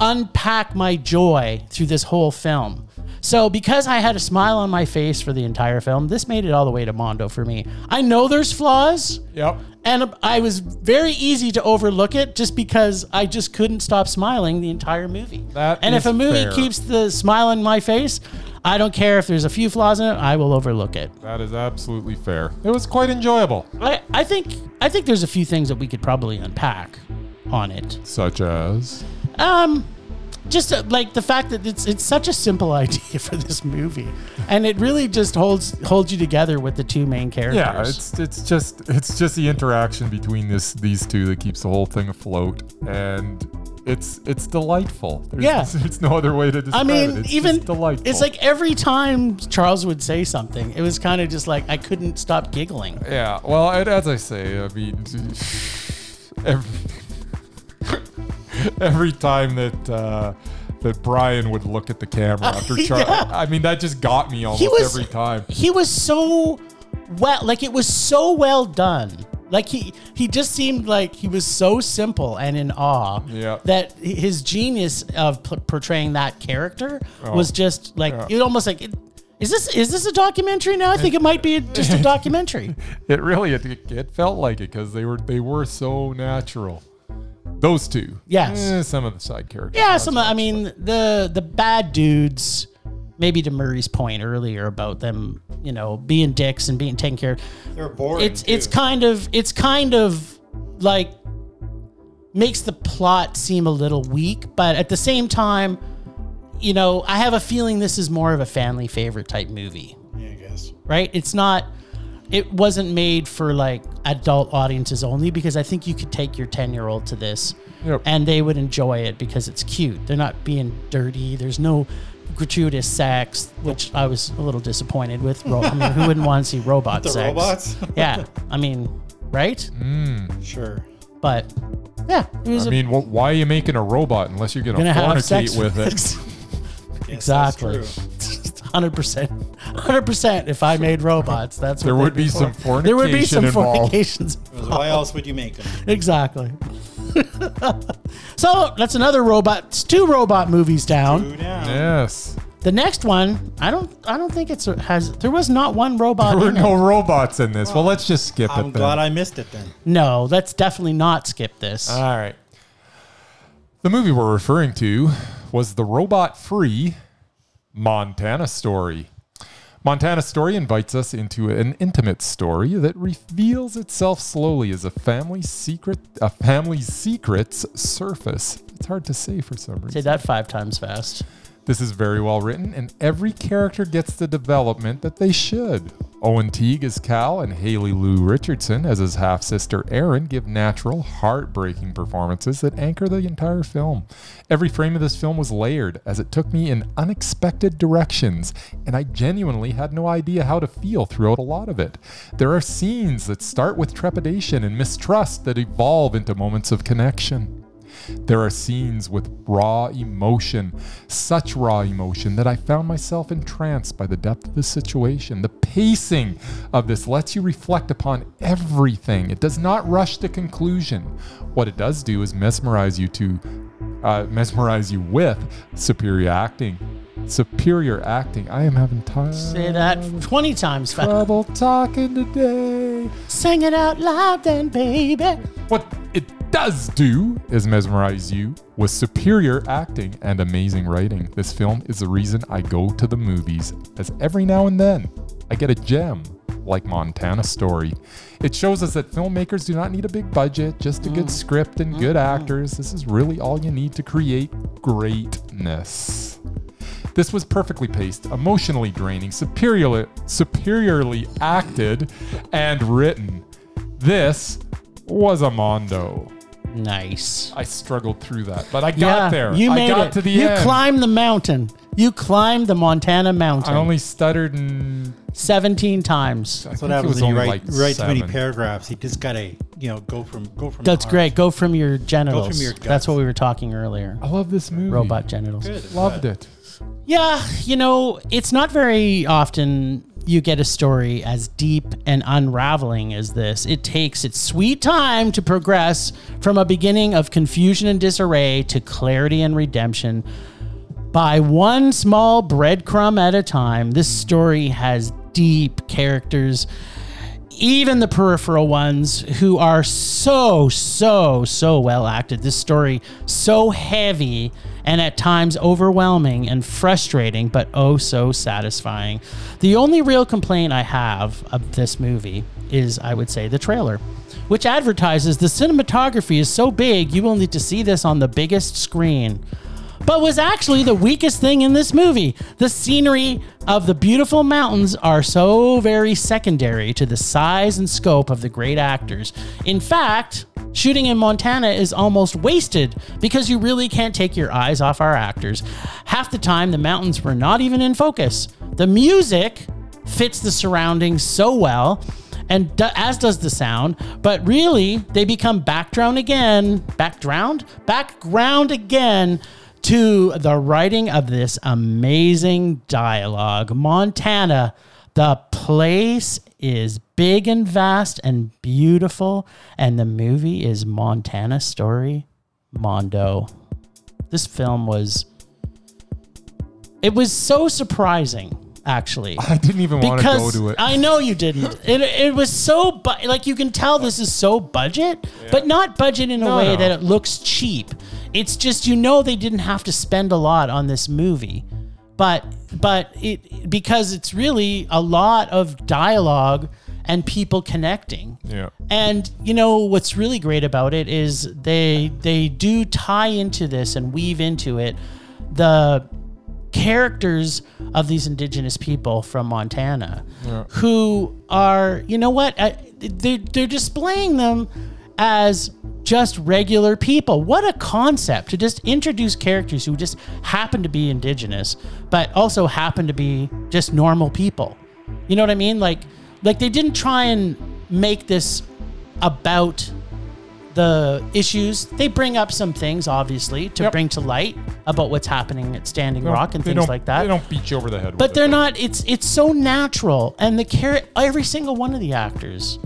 Speaker 3: unpack my joy through this whole film. So because I had a smile on my face for the entire film, this made it all the way to Mondo for me. I know there's flaws
Speaker 1: Yep.
Speaker 3: and I was very easy to overlook it just because I just couldn't stop smiling the entire movie.
Speaker 1: That
Speaker 3: and if
Speaker 1: is
Speaker 3: a movie
Speaker 1: fair.
Speaker 3: keeps the smile on my face, I don't care if there's a few flaws in it, I will overlook it.
Speaker 1: That is absolutely fair. It was quite enjoyable.
Speaker 3: I, I think I think there's a few things that we could probably unpack on it.
Speaker 1: Such as
Speaker 3: Um, just uh, like the fact that it's it's such a simple idea for this movie, and it really just holds holds you together with the two main characters.
Speaker 1: yeah, it's it's just it's just the interaction between this these two that keeps the whole thing afloat, and it's it's delightful. There's,
Speaker 3: Yeah.
Speaker 1: there's no other way to
Speaker 3: I
Speaker 1: describe
Speaker 3: mean,
Speaker 1: it. It's
Speaker 3: even
Speaker 1: just delightful.
Speaker 3: it's like every time Charles would say something, it was kind of just like I couldn't stop giggling.
Speaker 1: yeah. Well, and as I say, I mean, every, every time that. Uh, that Brian would look at the camera after
Speaker 3: Yeah.
Speaker 1: Charlie. I mean, that just got me almost
Speaker 3: was-
Speaker 1: every time.
Speaker 3: He was so well, like it was so well done. Like he he just seemed like he was so simple and in awe
Speaker 1: Yeah.
Speaker 3: that h- his genius of p- portraying that character was just like
Speaker 1: Oh. yeah.
Speaker 3: it almost like. It, is this is this a documentary now? I think it might be just a documentary.
Speaker 1: It really it, it felt like it because they were they were so natural. Those two.
Speaker 3: Yes.
Speaker 1: Eh, some of the side characters.
Speaker 3: Yeah, some. I mean, the the bad dudes. Maybe to Murray's point earlier about them, you know, being dicks and being taken care of.
Speaker 4: They're boring.
Speaker 3: It's it's
Speaker 4: too.
Speaker 3: kind of it's kind of like makes the plot seem a little weak, but at the same time, you know, I have a feeling this is more of a family favorite type movie
Speaker 4: Yeah, I guess.
Speaker 3: right? It's not. It wasn't made for like adult audiences only because I think you could take your ten year old to this,
Speaker 1: Yep.
Speaker 3: and they would enjoy it because it's cute. They're not being dirty. There's no gratuitous sex, which I was a little disappointed with. Ro- I mean, who wouldn't want to see robot
Speaker 4: The
Speaker 3: sex?
Speaker 4: robots?
Speaker 3: yeah, I mean, right?
Speaker 4: Sure.
Speaker 3: But yeah, it was
Speaker 1: I
Speaker 3: a-
Speaker 1: mean, wh- why are you making a robot unless you're going to
Speaker 3: gonna have sex
Speaker 1: fornicate with it?
Speaker 4: Yes, that's
Speaker 3: exactly.
Speaker 4: true.
Speaker 3: Hundred percent, hundred percent. If I made robots, that's what
Speaker 1: There
Speaker 3: they'd
Speaker 1: would be
Speaker 3: for.
Speaker 1: some fornication
Speaker 3: There would be some
Speaker 1: involved.
Speaker 3: fornications.
Speaker 4: Why else would you make them?
Speaker 3: Exactly. so that's another robot. It's two robot movies down.
Speaker 4: Who down?
Speaker 1: Yes.
Speaker 3: The next one, I don't, I don't think it's has. There was not one
Speaker 1: There
Speaker 3: robot.
Speaker 1: were
Speaker 3: in it.
Speaker 1: no robots in this. Well, let's just skip
Speaker 4: I'm
Speaker 1: it
Speaker 4: glad
Speaker 1: then.
Speaker 4: I missed it then.
Speaker 3: No, let's definitely not skip this.
Speaker 1: All right. The movie we're referring to was the robot free Montana Story. Montana Story invites us into an intimate story that reveals itself slowly as a family's secret, a family's secrets surface. It's hard to say for some
Speaker 3: Say
Speaker 1: reason.
Speaker 3: that five times fast.
Speaker 1: This is very well written, and every character gets the development that they should. Owen Teague as Cal and Haley Lou Richardson as his half sister Erin give natural, heartbreaking performances that anchor the entire film. Every frame of this film was layered as it took me in unexpected directions, and I genuinely had no idea how to feel throughout a lot of it. There are scenes that start with trepidation and mistrust that evolve into moments of connection. There are scenes with raw emotion, such raw emotion that I found myself entranced by the depth of the situation. The pacing of this lets you reflect upon everything. It does not rush to conclusion. What it does do is mesmerize you to uh, mesmerize you with superior acting. Superior acting. I am having time.
Speaker 3: Say that twenty times fast.
Speaker 1: Trouble talking today.
Speaker 3: Sing it out loud, then, baby.
Speaker 1: What it does do is mesmerize you with superior acting and amazing writing. This film is the reason I go to the movies, as every now and then I get a gem like Montana Story. It shows us that filmmakers do not need a big budget, just a good script and good actors. This is really all you need to create greatness. This was perfectly paced, emotionally draining, superiorly, superiorly acted, and written. This was a mondo.
Speaker 3: Nice.
Speaker 1: I struggled through that, but I got
Speaker 3: Yeah,
Speaker 1: there.
Speaker 3: you made
Speaker 1: I got
Speaker 3: it.
Speaker 1: to the
Speaker 3: you
Speaker 1: end.
Speaker 3: climbed the mountain. You climbed the Montana mountain
Speaker 1: I only stuttered and
Speaker 3: seventeen times.
Speaker 1: I
Speaker 4: That's
Speaker 1: think it
Speaker 4: what happens
Speaker 1: was
Speaker 4: when you
Speaker 1: only
Speaker 4: write,
Speaker 1: like
Speaker 4: write too many
Speaker 1: seven.
Speaker 4: paragraphs. You just gotta, you know, go from go from. the
Speaker 3: That's
Speaker 4: heart.
Speaker 3: great. Go from your genitals.
Speaker 4: your
Speaker 3: That's
Speaker 4: guts.
Speaker 3: what we were talking earlier.
Speaker 1: I love this movie.
Speaker 3: Robot genitals.
Speaker 4: Good.
Speaker 1: Loved it.
Speaker 3: Yeah, you know, it's not very often you get a story as deep and unraveling as this. It takes its sweet time to progress from a beginning of confusion and disarray to clarity and redemption. By one small breadcrumb at a time, this story has deep characters, even the peripheral ones who are so, so, so well acted. This story so heavy and at times overwhelming and frustrating, but oh so satisfying. The only real complaint I have of this movie is, I would say, the trailer. Which advertises the cinematography is so big you will need to see this on the biggest screen but was actually the weakest thing in this movie. The scenery of the beautiful mountains are so very secondary to the size and scope of the great actors. In fact, shooting in Montana is almost wasted because you really can't take your eyes off our actors. Half the time, the mountains were not even in focus. The music fits the surroundings so well and do, as does the sound but really they become background again background background again to the writing of this amazing dialogue montana the place is big and vast and beautiful and the movie is montana story mondo this film was it was so surprising actually.
Speaker 1: I didn't even want to go
Speaker 3: Because
Speaker 1: to it.
Speaker 3: I know you didn't. It, it was so, bu- like, you can tell this is so budget, but not budget in a
Speaker 1: No,
Speaker 3: way
Speaker 1: no.
Speaker 3: that it looks cheap. It's just, you know, they didn't have to spend a lot on this movie. But, but it, because it's really a lot of dialogue and people connecting.
Speaker 1: yeah.
Speaker 3: And you know what's really great about it is they they do tie into this and weave into it the characters of these indigenous people from Montana who are you know what I, they they're displaying them as just regular people. What a concept to just introduce characters who just happen to be indigenous but also happen to be just normal people. You know what I mean? Like like they didn't try and make this about the issues. They bring up some things obviously to
Speaker 1: Yep.
Speaker 3: bring to light about what's happening at Standing Rock and
Speaker 1: They
Speaker 3: things
Speaker 1: don't-
Speaker 3: like that.
Speaker 1: They don't beat you over the head.
Speaker 3: but
Speaker 1: with
Speaker 3: they're
Speaker 1: it.
Speaker 3: not it's it's so natural and the carrot every single one of the actors.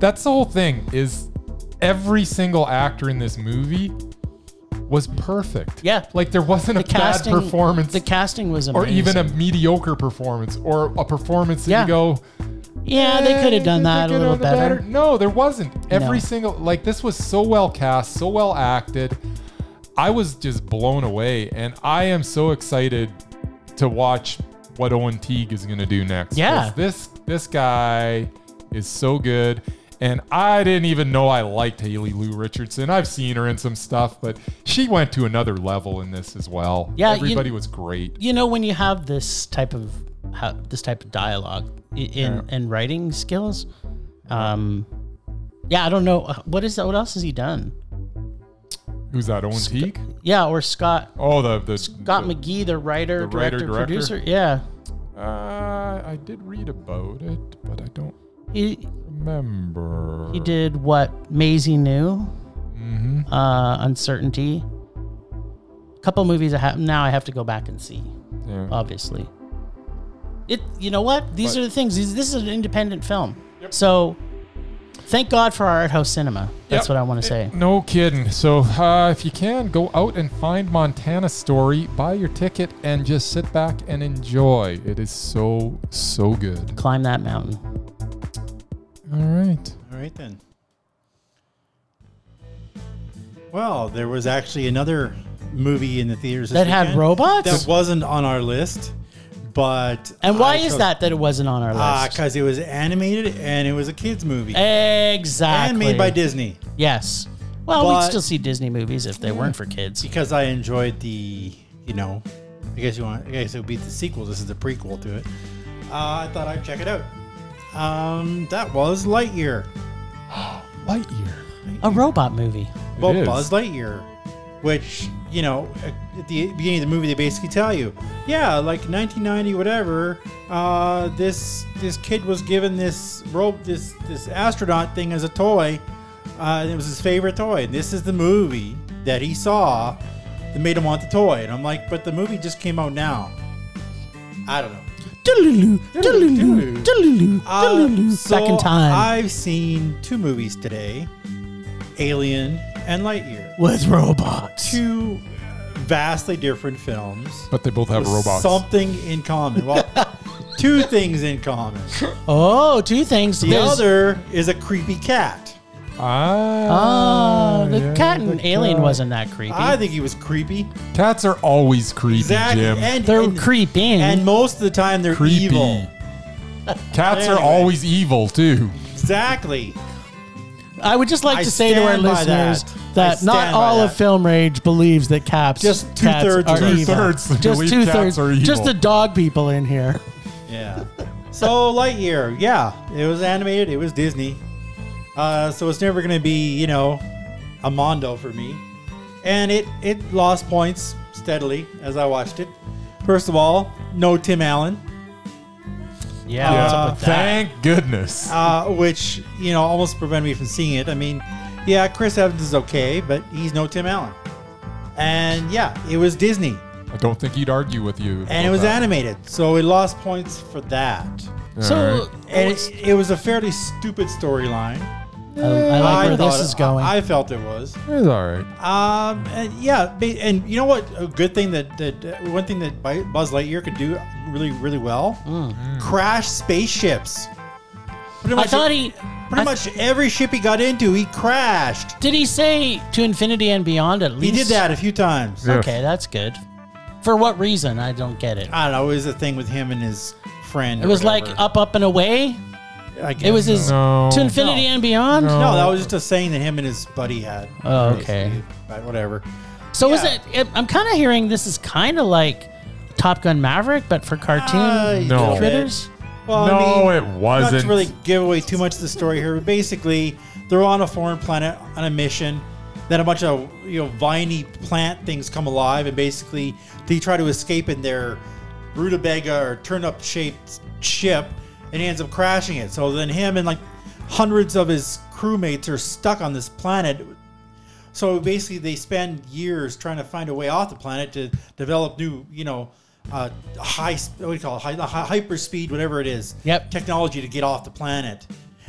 Speaker 1: That's the whole thing. Is every single actor in this movie was perfect.
Speaker 3: Yeah.
Speaker 1: Like there wasn't
Speaker 3: The
Speaker 1: a
Speaker 3: casting
Speaker 1: bad performance.
Speaker 3: The casting was
Speaker 1: or
Speaker 3: amazing.
Speaker 1: even a mediocre performance, or a performance that
Speaker 3: Yeah.
Speaker 1: you go,
Speaker 3: Yeah, they could have done
Speaker 1: "Eh,
Speaker 3: that
Speaker 1: they
Speaker 3: a
Speaker 1: could've
Speaker 3: little
Speaker 1: done
Speaker 3: better.
Speaker 1: No, there wasn't. Every
Speaker 3: No.
Speaker 1: single like this was so well cast, so well acted. I was just blown away, and I am so excited to watch what Owen Teague is going to do next. 'Cause
Speaker 3: Yeah.
Speaker 1: this this guy is so good, and I didn't even know I liked Haley Lou Richardson. I've seen her in some stuff, but she went to another level in this as well.
Speaker 3: Yeah, you-
Speaker 1: everybody was great.
Speaker 3: you know when you have this type of ha- this type of dialogue i- in in writing skills um yeah i don't know uh, what is that what else has he done
Speaker 1: Who's that? Owen Teague?
Speaker 3: yeah or scott
Speaker 1: Oh, the the
Speaker 3: scott
Speaker 1: the-
Speaker 3: mcgee the writer
Speaker 1: the writer,
Speaker 3: director,
Speaker 1: director?
Speaker 3: producer yeah
Speaker 1: Uh, I did read about it, but I don't
Speaker 3: he
Speaker 1: remember.
Speaker 3: he did what Maisie knew
Speaker 1: Mm-hmm.
Speaker 3: uh uncertainty a couple movies i have now i have to go back and see
Speaker 1: Yeah.
Speaker 3: obviously. It you know what? These are the things. These, this is an independent film. So thank God for our art house cinema. That's
Speaker 1: Yep.
Speaker 3: what I want to say.
Speaker 1: No kidding. So, uh, if you can, go out and find Montana Story, buy your ticket, and just sit back and enjoy. It is so, so good.
Speaker 3: Climb that mountain.
Speaker 1: All right.
Speaker 4: All right then. Well, there was actually another movie in the theaters this
Speaker 3: That had
Speaker 4: weekend
Speaker 3: robots?
Speaker 4: that wasn't on our list, but
Speaker 3: And why
Speaker 4: I
Speaker 3: is
Speaker 4: chose-
Speaker 3: that that it wasn't on our
Speaker 4: Ah,
Speaker 3: list?
Speaker 4: because it was animated and it was a kids movie
Speaker 3: exactly.
Speaker 4: and made by Disney.
Speaker 3: Yes. Well, we'd
Speaker 4: But-
Speaker 3: still see Disney movies if they weren't for kids.
Speaker 4: Because I enjoyed the, you know, I guess you want, I guess it would be the sequel. This is the prequel to it. Uh, I thought I'd check it out. Um, that was Lightyear.
Speaker 1: Lightyear.
Speaker 3: A robot movie.
Speaker 4: Well,
Speaker 1: is.
Speaker 4: Buzz Lightyear, which you know, at the beginning of the movie, they basically tell you, yeah, like 1990, whatever. Uh, this this kid was given this rope, this this astronaut thing as a toy. Uh, and it was his favorite toy. This is the movie that he saw that made him want the toy. And I'm like, but the movie just came out now. I don't know.
Speaker 3: Doodaloo, doodaloo,
Speaker 4: Doodaloo,
Speaker 3: doodaloo,
Speaker 4: Uh,
Speaker 3: doodaloo.
Speaker 4: so
Speaker 3: Back in time
Speaker 4: I've seen two movies today, Alien and Lightyear.
Speaker 3: with robots.
Speaker 4: two vastly different films.
Speaker 1: But they both have
Speaker 4: with
Speaker 1: robots.
Speaker 4: Something in common. Well, two things in common.
Speaker 3: Oh, two things.
Speaker 4: The
Speaker 3: There's-
Speaker 4: other is a creepy cat.
Speaker 1: Ah.
Speaker 3: Oh, the
Speaker 1: yeah,
Speaker 3: cat and
Speaker 1: the
Speaker 3: Alien
Speaker 1: cat.
Speaker 3: wasn't that creepy.
Speaker 4: I think he was creepy.
Speaker 1: Cats are always creepy,
Speaker 4: Exactly.
Speaker 1: Jim.
Speaker 4: And,
Speaker 3: They're
Speaker 4: and,
Speaker 3: creeping.
Speaker 4: and most of the time they're
Speaker 1: creepy.
Speaker 4: evil.
Speaker 1: Cats are
Speaker 4: Anyway.
Speaker 1: always evil too.
Speaker 4: Exactly.
Speaker 3: I would just like
Speaker 4: I
Speaker 3: to say to our
Speaker 4: stand by
Speaker 3: listeners
Speaker 4: that.
Speaker 3: that,
Speaker 4: I
Speaker 3: not
Speaker 4: stand by
Speaker 3: all of
Speaker 4: that.
Speaker 3: Film Rage believes that caps
Speaker 4: Just
Speaker 3: cats
Speaker 4: two-thirds
Speaker 3: are
Speaker 4: of us.
Speaker 3: evil.
Speaker 1: Two-thirds
Speaker 3: Just
Speaker 1: believe
Speaker 3: two
Speaker 1: cats
Speaker 3: thirds.
Speaker 1: are evil.
Speaker 3: Just the dog people in here.
Speaker 4: Yeah. So Lightyear, yeah, it was animated. It was Disney. Uh, so it's never gonna be, you know, a Mondo for me. And it it lost points steadily as I watched it. First of all, no Tim Allen,
Speaker 3: Yeah.
Speaker 4: what's up with
Speaker 1: Thank goodness.
Speaker 4: uh, which you know almost prevented me from seeing it. I mean, yeah, Chris Evans is okay, but he's no Tim Allen. And yeah, it was Disney,
Speaker 1: I don't think he'd argue with you.
Speaker 4: and it
Speaker 1: about
Speaker 4: was
Speaker 1: that.
Speaker 4: animated, so it lost points for that.
Speaker 1: All
Speaker 3: So
Speaker 1: right.
Speaker 4: And it, it was a fairly stupid storyline.
Speaker 3: I, I like where
Speaker 4: thought
Speaker 3: this
Speaker 4: it-
Speaker 3: is going.
Speaker 4: I felt it was.
Speaker 1: It's all right.
Speaker 4: Um, and yeah, ba- and you know what? A good thing that that that- one thing that Bi- Buzz Lightyear could do really, really well: crash spaceships. Pretty
Speaker 3: Mm. I thought he.
Speaker 4: Pretty
Speaker 3: I-
Speaker 4: much every ship he got into, he crashed.
Speaker 3: Did he say to infinity and beyond at
Speaker 4: He
Speaker 3: least?
Speaker 4: did that a few times.
Speaker 1: Yeah.
Speaker 3: Okay, that's good. For what reason? I don't get it.
Speaker 4: I don't know. It was a thing with him and his friend.
Speaker 3: It
Speaker 4: or
Speaker 3: was like
Speaker 4: whatever.
Speaker 3: up, up, and away.
Speaker 4: I guess
Speaker 3: It was his
Speaker 1: No.
Speaker 3: to infinity
Speaker 4: No.
Speaker 3: and beyond.
Speaker 4: No, that was just a saying that him and his buddy had.
Speaker 3: Oh, okay.
Speaker 4: But whatever.
Speaker 3: So is
Speaker 4: Yeah.
Speaker 3: it? it I'm kind of hearing this is kind of like Top Gun Maverick, but for cartoon
Speaker 4: Uh,
Speaker 1: No.
Speaker 3: critters.
Speaker 4: Well,
Speaker 1: No,
Speaker 4: I mean,
Speaker 1: it
Speaker 4: Not
Speaker 1: wasn't.
Speaker 4: to really give away too much of the story here, but basically, they're on a foreign planet on a mission. Then a bunch of you know viney plant things come alive, and basically they try to escape in their rutabaga or turnip shaped ship, and he ends up crashing it. So then him and like hundreds of his crewmates are stuck on this planet. So basically, they spend years trying to find a way off the planet to develop new, you know, uh, high sp- what do you call it, high, hy- hyper speed, whatever it is,
Speaker 3: Yep.
Speaker 4: technology to get off the planet.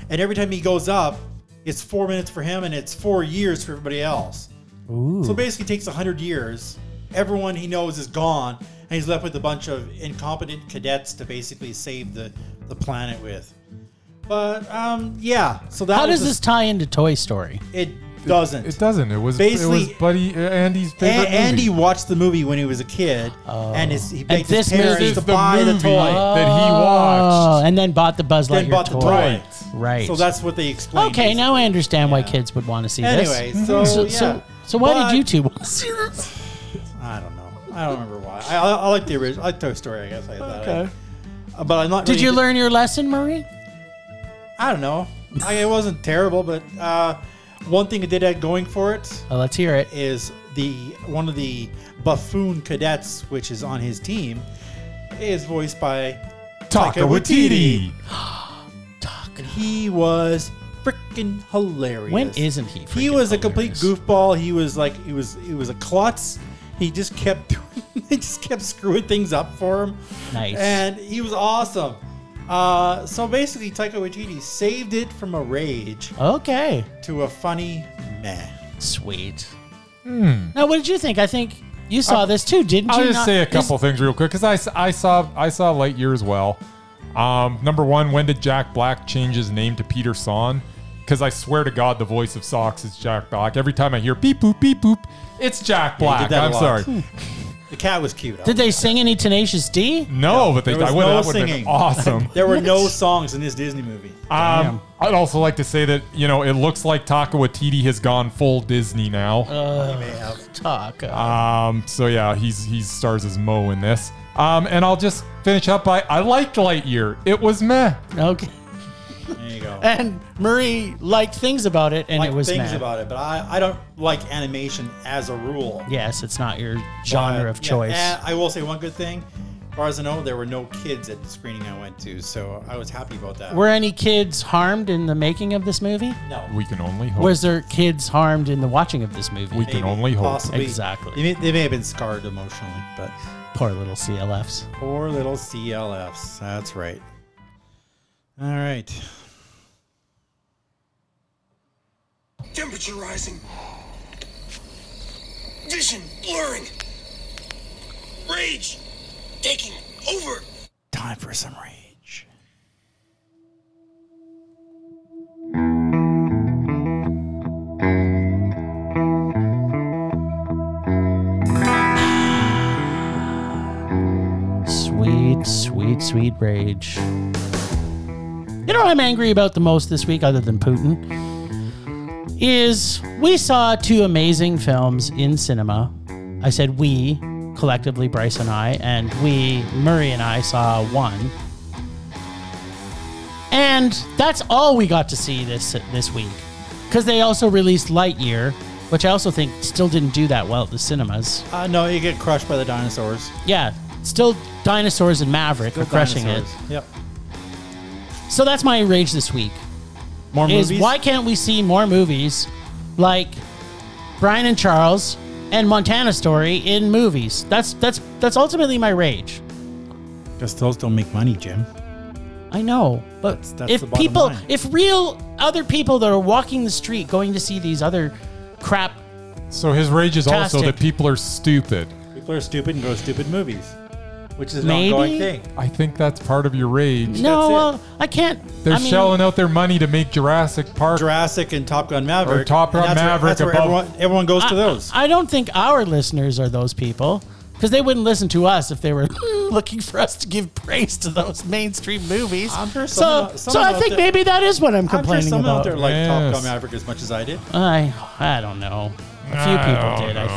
Speaker 4: And every time he goes up, it's four minutes for him, and it's four years for everybody else. So basically, it takes hundred years. Everyone he knows is gone, and he's left with a bunch of incompetent cadets to basically save the the planet with. But um, yeah, so that
Speaker 3: How
Speaker 4: was
Speaker 3: does
Speaker 4: the-
Speaker 3: this tie into Toy Story?
Speaker 4: It doesn't.
Speaker 1: It doesn't. It was it
Speaker 4: Basically-
Speaker 1: was Buddy uh, Andy's
Speaker 4: A-
Speaker 1: favorite
Speaker 4: Andy
Speaker 1: movie
Speaker 4: watched the movie when he was a kid, and his, he begged his
Speaker 3: Oh. this movie-
Speaker 4: parents
Speaker 3: This
Speaker 4: to
Speaker 1: is the
Speaker 4: buy the
Speaker 1: movie.
Speaker 4: toy.
Speaker 1: That he watched.
Speaker 3: and then bought the Buzz Lightyear
Speaker 4: then bought the
Speaker 3: toy.
Speaker 4: toy.
Speaker 3: Right.
Speaker 4: So that's what they explained.
Speaker 3: okay. Now I understand why
Speaker 4: Yeah.
Speaker 3: kids would want to see this.
Speaker 4: Anyway, so,
Speaker 3: so,
Speaker 4: yeah.
Speaker 3: so, so why
Speaker 4: But-
Speaker 3: did you two want to see this?
Speaker 4: I don't know. I don't remember why. I, I, I like the original. I like Toy Story. I guess. I thought I- uh, but I'm not.
Speaker 3: Did
Speaker 4: really-
Speaker 3: you learn your lesson, Murray?
Speaker 4: I don't know. I, it wasn't terrible, but uh, one thing it did have going for it
Speaker 3: Oh, let's hear it.
Speaker 4: is the one of the buffoon cadets, which is on his team, is voiced by
Speaker 1: Taka
Speaker 4: Taika
Speaker 1: Waititi.
Speaker 4: And he was freaking hilarious.
Speaker 3: When isn't he? freaking
Speaker 4: He was a complete
Speaker 3: hilarious?
Speaker 4: goofball. He was like he was he was a klutz. He just kept doing- he just kept screwing things up for him.
Speaker 3: Nice.
Speaker 4: And he was awesome. Uh, so basically, Taika Waititi saved it from a rage
Speaker 3: Okay.
Speaker 4: to a funny meh.
Speaker 3: Sweet. Now, what did you think? I think you saw this too, didn't you?
Speaker 1: I'll Hmm. just
Speaker 3: not-
Speaker 1: say a
Speaker 3: is-
Speaker 1: couple things real quick because I, s- I saw I saw Lightyear as well. Um, number one, when did Jack Black change his name to Peter Son? Because I swear to God, the voice of Socks is Jack Black. Every time I hear beep boop beep boop, it's Jack
Speaker 4: did
Speaker 1: Black.
Speaker 4: that a
Speaker 1: I'm
Speaker 4: lot.
Speaker 1: sorry.
Speaker 4: The cat was cute.
Speaker 3: Did they sing any Tenacious D?
Speaker 1: No, but they
Speaker 4: there was
Speaker 1: I would,
Speaker 4: no
Speaker 1: that would have been
Speaker 4: singing.
Speaker 1: awesome.
Speaker 4: there were no
Speaker 3: What?
Speaker 4: songs in this Disney movie.
Speaker 1: Um, I'd also like to say that you know it looks like Taka Waititi has gone full Disney now.
Speaker 4: They may have.
Speaker 3: Talk. uh,
Speaker 1: Um, so yeah, he's he stars as Mo in this. Um, and I'll just finish up by I liked Lightyear. It was meh.
Speaker 3: okay.
Speaker 4: There you go.
Speaker 3: And Murray liked things about it, and
Speaker 4: like
Speaker 3: it was
Speaker 4: things
Speaker 3: meh.
Speaker 4: about it, but I, I don't like animation as a rule.
Speaker 3: Yes, it's not your genre
Speaker 4: Uh,
Speaker 3: of
Speaker 4: yeah,
Speaker 3: choice.
Speaker 4: and I will say one good thing. As far as I know, there were no kids at the screening I went to, so I was happy about that.
Speaker 3: Were any kids harmed in the making of this movie?
Speaker 4: no,
Speaker 1: We can only hope.
Speaker 3: Was there kids harmed in the watching of this movie?
Speaker 1: We- can only hope.
Speaker 4: Possibly.
Speaker 3: Exactly.
Speaker 4: They may, they may have been scarred emotionally, but
Speaker 3: Poor little CLFs.
Speaker 4: poor little CLFs. That's right. All right.
Speaker 5: Temperature rising. Vision blurring. Rage taking over.
Speaker 4: Time for some rage.
Speaker 3: Sweet, sweet, sweet rage. You know what I'm angry about the most this week, other than Putin, is we saw two amazing films in cinema. I said we, collectively, Bryce and I, and we, Murray and I, saw one. And that's all we got to see this this week, because they also released Lightyear, which I also think still didn't do that well at the cinemas.
Speaker 4: Uh, no, you get crushed by the dinosaurs.
Speaker 3: Yeah, still dinosaurs and Maverick are crushing
Speaker 4: dinosaurs. Yep.
Speaker 3: it. So that's my rage this week.
Speaker 4: More
Speaker 3: is
Speaker 4: movies.
Speaker 3: why can't we see more movies like Brian and Charles and Montana Story in movies? That's that's that's ultimately my rage.
Speaker 4: Because those don't make money, Jim.
Speaker 3: I know, but
Speaker 4: That's- that's the
Speaker 3: if
Speaker 4: bottom
Speaker 3: people,
Speaker 4: line.
Speaker 3: if real other people that are walking the street going to see these other crap,
Speaker 1: So his rage is also
Speaker 3: Fantastic.
Speaker 1: that people are stupid.
Speaker 4: People are stupid and go to stupid movies, which is an
Speaker 3: Maybe?
Speaker 4: ongoing thing.
Speaker 1: I think that's part of your rage.
Speaker 3: no,
Speaker 4: it.
Speaker 3: well, I can't.
Speaker 1: They're
Speaker 3: I mean,
Speaker 1: shelling out their money to make Jurassic Park.
Speaker 4: Jurassic and Top Gun Maverick.
Speaker 1: Or Top Gun
Speaker 4: and that's where-
Speaker 1: Maverick
Speaker 4: that's where
Speaker 1: above-
Speaker 4: everyone, everyone goes to
Speaker 3: I-
Speaker 4: those.
Speaker 3: I, I don't think our listeners are those people because they wouldn't listen to us if they were looking for us to give praise to those mainstream movies.
Speaker 4: I'm sure some
Speaker 3: so,
Speaker 4: of the- some
Speaker 3: so
Speaker 4: of
Speaker 3: I
Speaker 4: the-
Speaker 3: think maybe that is what I'm
Speaker 4: I'm sure
Speaker 3: complaining
Speaker 4: someone out
Speaker 3: about.
Speaker 4: there liked Top
Speaker 1: Yes.
Speaker 4: Gun Maverick as much as I did.
Speaker 3: I I don't know. A few
Speaker 1: I
Speaker 3: people
Speaker 1: don't
Speaker 3: did, I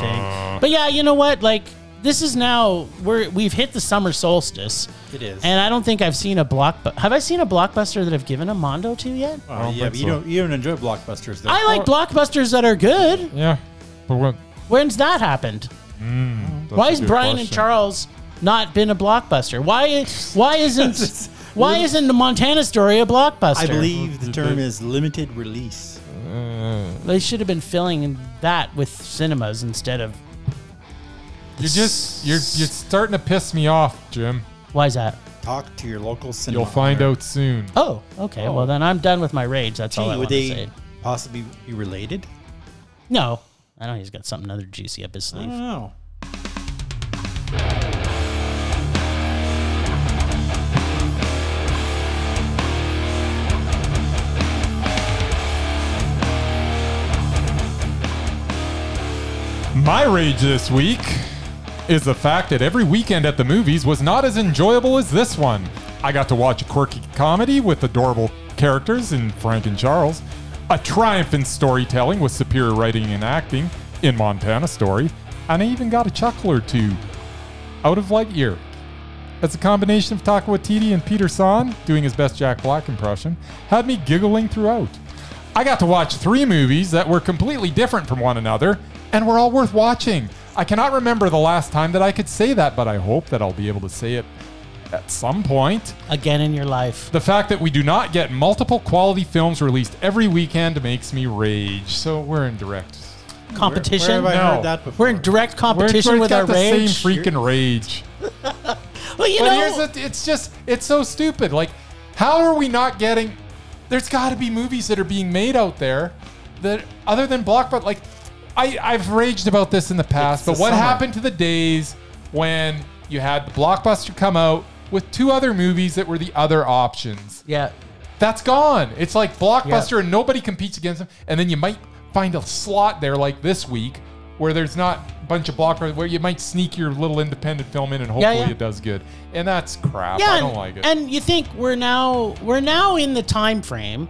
Speaker 3: think. But yeah, you know what? Like this is now we're we've hit the summer solstice.
Speaker 4: It is.
Speaker 3: And I don't think I've seen a block. Have I seen a blockbuster that I've given a mondo to yet?
Speaker 4: Uh,
Speaker 1: don't
Speaker 4: yeah,
Speaker 1: think
Speaker 4: but you
Speaker 1: so.
Speaker 4: don't you don't enjoy blockbusters though.
Speaker 3: I like blockbusters that are good.
Speaker 1: yeah, but what?
Speaker 3: When's that happened? Why is Brian and Charles not been a blockbuster? Why why isn't why isn't the Montana Story a blockbuster?
Speaker 4: I believe the term is limited release.
Speaker 3: they should have been filling that with cinemas instead of.
Speaker 1: You're just you're you're starting to piss me off, Jim.
Speaker 3: Why is that?
Speaker 4: Talk to your local cinema.
Speaker 1: You'll find
Speaker 4: owner.
Speaker 1: out soon.
Speaker 3: Oh, okay. Well, then I'm done with my rage. That's all I
Speaker 4: Gee,
Speaker 3: want
Speaker 4: would
Speaker 3: to
Speaker 4: they
Speaker 3: say.
Speaker 4: possibly be related?
Speaker 3: No, I know he's got something other juicy up his
Speaker 4: I don't
Speaker 3: sleeve.
Speaker 4: know.
Speaker 1: My rage this week is the fact that every weekend at the movies was not as enjoyable as this one. I got to watch a quirky comedy with adorable characters in Frank and Charles, a triumph in storytelling with superior writing and acting in Montana Story, and I even got a chuckle or two out of Lightyear. As a combination of Taka Waititi and Peter San doing his best Jack Black impression had me giggling throughout. I got to watch three movies that were completely different from one another and were all worth watching. I cannot remember the last time that I could say that, but I hope that I'll be able to say it at some point.
Speaker 3: Again in your life.
Speaker 1: The fact that we do not get multiple quality films released every weekend makes me rage. So we're in direct.
Speaker 3: Competition.
Speaker 4: Where have I
Speaker 1: No.
Speaker 4: heard that before?
Speaker 3: We're in direct
Speaker 1: We're,
Speaker 3: competition
Speaker 1: we're
Speaker 3: with
Speaker 1: got
Speaker 3: our
Speaker 1: the
Speaker 3: rage.
Speaker 1: same freaking rage.
Speaker 3: well, you
Speaker 1: But
Speaker 3: know,
Speaker 1: here's the, it's just it's so stupid. Like, how are we not getting? There's got to be movies that are being made out there that other than blockbuster. Like, I I've raged about this in the past,
Speaker 4: It's
Speaker 1: but
Speaker 4: the
Speaker 1: what
Speaker 4: summer.
Speaker 1: happened to the days when you had the blockbuster come out with two other movies that were the other options?
Speaker 3: yeah.
Speaker 1: That's gone. It's like blockbuster, and nobody competes against them. And then you might find a slot there, like this week, where there's not a bunch of blockbusters, where you might sneak your little independent film in, and
Speaker 3: Yeah,
Speaker 1: hopefully
Speaker 3: yeah.
Speaker 1: it does good. And that's crap.
Speaker 3: Yeah,
Speaker 1: I don't
Speaker 3: and,
Speaker 1: like it.
Speaker 3: and you think we're now we're now in the time frame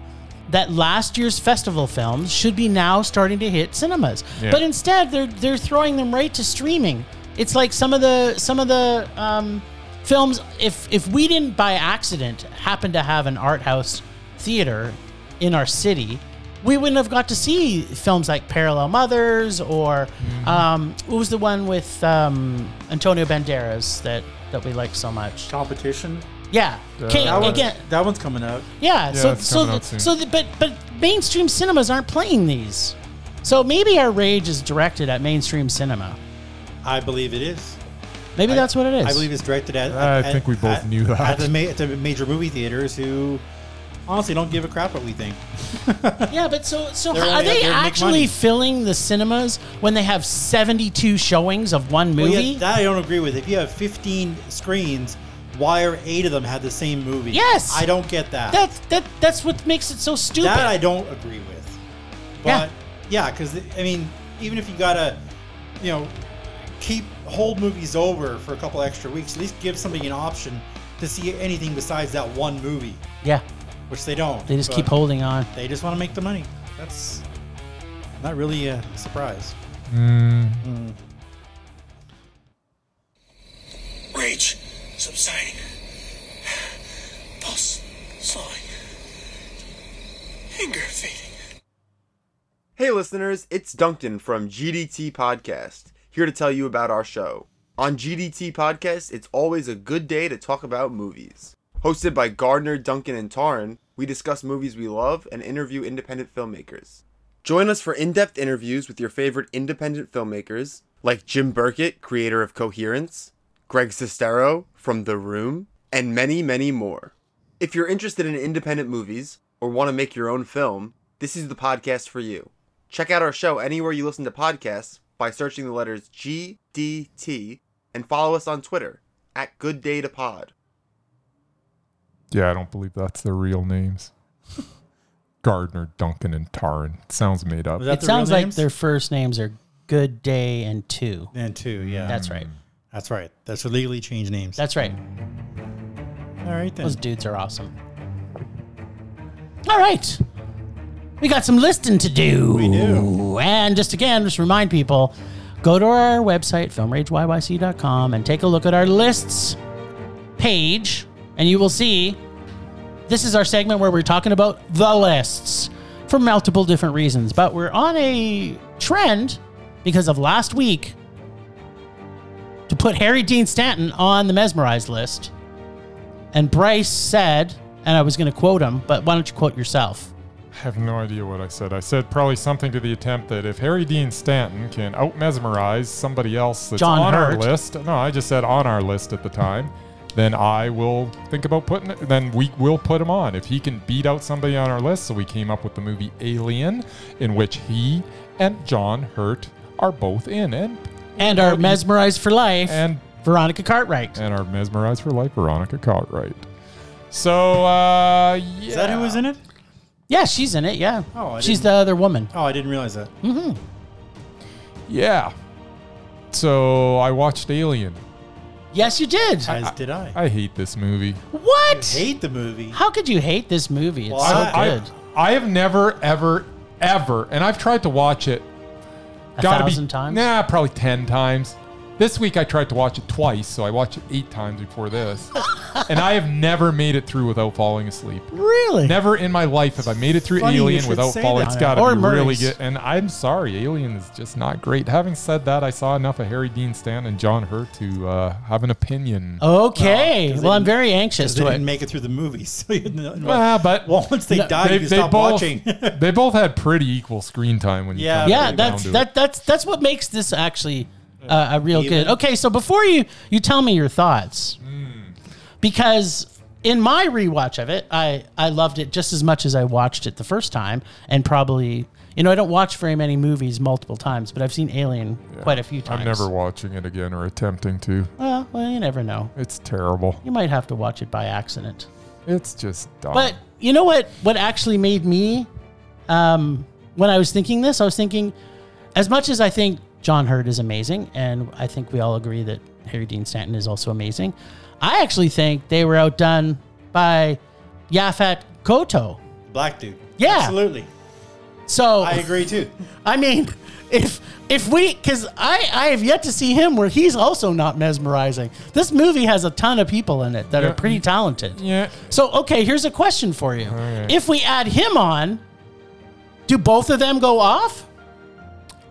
Speaker 3: that last year's festival films should be now starting to hit cinemas,
Speaker 1: Yeah.
Speaker 3: but instead they're they're throwing them right to streaming. It's like some of the some of the um, films. If if we didn't by accident happen to have an art house theater in our city, we wouldn't have got to see films like Parallel Mothers or um, what was the one with um, Antonio Banderas that that we like so much.
Speaker 4: competition.
Speaker 3: Yeah. Okay,
Speaker 4: That one's,
Speaker 3: again.
Speaker 4: that one's coming out.
Speaker 3: Yeah. so
Speaker 1: it's
Speaker 3: so
Speaker 1: coming out soon.
Speaker 3: so the, but but mainstream cinemas aren't playing these. So maybe our rage is directed at mainstream cinema.
Speaker 4: I believe it is.
Speaker 3: Maybe
Speaker 4: I-
Speaker 3: that's what it is.
Speaker 4: I believe it's directed at.
Speaker 1: I
Speaker 4: at-
Speaker 1: think we both
Speaker 4: at-
Speaker 1: knew that.
Speaker 4: At the, ma- at the major movie theaters who honestly don't give a crap what we think.
Speaker 3: yeah, but so so
Speaker 4: They're
Speaker 3: are
Speaker 4: only out
Speaker 3: they
Speaker 4: there to make
Speaker 3: actually
Speaker 4: money.
Speaker 3: filling the cinemas when they have 72 showings of one
Speaker 4: Well,
Speaker 3: movie?
Speaker 4: yeah, that I don't agree with. If you have 15 screens, why are eight of them had the same movie?
Speaker 3: Yes!
Speaker 4: I don't get that.
Speaker 3: that that that's what makes it so stupid.
Speaker 4: That I don't agree with.
Speaker 3: Yeah.
Speaker 4: But yeah, because I mean, even if you gotta, you know, keep hold movies over for a couple extra weeks, at least give somebody an option to see anything besides that one movie,
Speaker 3: yeah.
Speaker 4: which they don't.
Speaker 3: They just
Speaker 4: But
Speaker 3: keep holding on.
Speaker 4: They just want to make the money. That's not really a surprise.
Speaker 5: Rage subsiding. Pulse slowing. Anger fading.
Speaker 6: Hey listeners, it's Duncan from GDT Podcast, here to tell you about our show. On GDT Podcast, it's always a good day to talk about movies. Hosted by Gardner, Duncan, and Tarn, we discuss movies we love and interview independent filmmakers. Join us for in depth interviews with your favorite independent filmmakers, like Jim Burkett, creator of Coherence, Greg Sestero from The Room, and many, many more. If you're interested in independent movies or want to make your own film, this is the podcast for you. Check out our show anywhere you listen to podcasts by searching the letters GDT and follow us on Twitter at Good Day to Pod.
Speaker 1: Yeah, I don't believe that's their real names. Gardner, Duncan, and Taran. Sounds made up.
Speaker 4: Was that
Speaker 3: it
Speaker 4: the
Speaker 3: sounds
Speaker 4: real
Speaker 3: like
Speaker 4: names?
Speaker 3: their first names are Good Day and Two.
Speaker 4: And two, yeah.
Speaker 3: That's right.
Speaker 4: That's right. That's legally changed names.
Speaker 3: That's right.
Speaker 4: All right then.
Speaker 3: Those dudes are awesome. All right. We got some listing to do. We do. And just again, just remind people go to our website, filmrageyyc.com, and take a look at our lists page, and you will see this is our segment where we're talking about the lists for multiple different reasons. But we're on a trend because of last week to put Harry Dean Stanton on the mesmerized list. And Bryce said, and I was going to quote him, but why don't you quote yourself?
Speaker 1: I have no idea what I said. I said probably something to the attempt that if Harry Dean Stanton can out mesmerize somebody else that's
Speaker 3: John
Speaker 1: on our
Speaker 3: Hurt.
Speaker 1: list, no, I just said on our list at the time, then I will think about putting it, then we will put him on. If he can beat out somebody on our list, so we came up with the movie Alien, in which he and John Hurt are both in, and
Speaker 3: And our mesmerized for life,
Speaker 1: and
Speaker 3: Veronica Cartwright.
Speaker 1: and are mesmerized for life, Veronica Cartwright. So, uh, yeah.
Speaker 4: Is that who was in it?
Speaker 3: Yeah, she's in it. Yeah,
Speaker 4: Oh, I
Speaker 3: she's the other woman.
Speaker 4: Oh, I didn't realize that.
Speaker 3: Hmm.
Speaker 1: Yeah. So I watched Alien.
Speaker 3: Yes, you did.
Speaker 4: As did I.
Speaker 1: I hate this movie.
Speaker 3: what?
Speaker 4: hate the movie.
Speaker 3: How could you hate this movie? It's
Speaker 4: Well, I-
Speaker 3: so
Speaker 1: I,
Speaker 3: good.
Speaker 1: I have never, ever, ever, and I've tried to watch it.
Speaker 3: A thousand times.
Speaker 1: Nah, probably ten times. This week I tried to watch it twice, so I watched it eight times before this, and I have never made it through without falling asleep.
Speaker 3: Really?
Speaker 1: Never in my life have I made it through
Speaker 4: Funny you
Speaker 1: Alien
Speaker 4: should
Speaker 1: without
Speaker 4: say
Speaker 1: falling.
Speaker 4: that.
Speaker 1: It's got to
Speaker 3: Or
Speaker 1: be really
Speaker 3: Murray's.
Speaker 1: good. And I'm sorry, Alien is just not great. Having said that, I saw enough of Harry Dean Stanton and John Hurt to uh, have an opinion.
Speaker 3: Okay. well, I'm very anxious
Speaker 4: Because they
Speaker 3: to
Speaker 4: didn't
Speaker 3: it.
Speaker 4: make it through the movie. So you know,
Speaker 1: Well, but
Speaker 4: well, once they died,
Speaker 1: they,
Speaker 4: you
Speaker 1: they
Speaker 4: stopped
Speaker 1: both
Speaker 4: watching.
Speaker 1: they both had pretty equal screen time when you
Speaker 4: Yeah.
Speaker 1: come
Speaker 3: Yeah,
Speaker 1: right down
Speaker 3: that's
Speaker 1: to it.
Speaker 3: that that's that's what makes this actually uh, a real
Speaker 4: Even.
Speaker 3: good. Okay, so before you you tell me your thoughts, because in my rewatch of it, I I loved it just as much as I watched it the first time, and probably you know I don't watch very many movies multiple times, but I've seen Alien quite a few times.
Speaker 1: I'm never watching it again or attempting to.
Speaker 3: Well, well, you never know.
Speaker 1: It's terrible.
Speaker 3: You might have to watch it by accident.
Speaker 1: It's just dumb.
Speaker 3: But you know what? What actually made me, um, when I was thinking this, I was thinking, as much as I think John Hurt is amazing, and I think we all agree that Harry Dean Stanton is also amazing, I actually think they were outdone by Yafat Koto.
Speaker 4: Black dude.
Speaker 3: Yeah.
Speaker 4: Absolutely.
Speaker 3: So
Speaker 4: I agree too.
Speaker 3: I mean, if if we because I I have yet to see him where he's also not mesmerizing. This movie has a ton of people in it that
Speaker 1: Yeah.
Speaker 3: are pretty talented.
Speaker 1: yeah,
Speaker 3: So, okay, here's a question for you.
Speaker 1: right.
Speaker 3: If we add him on, do both of them go off?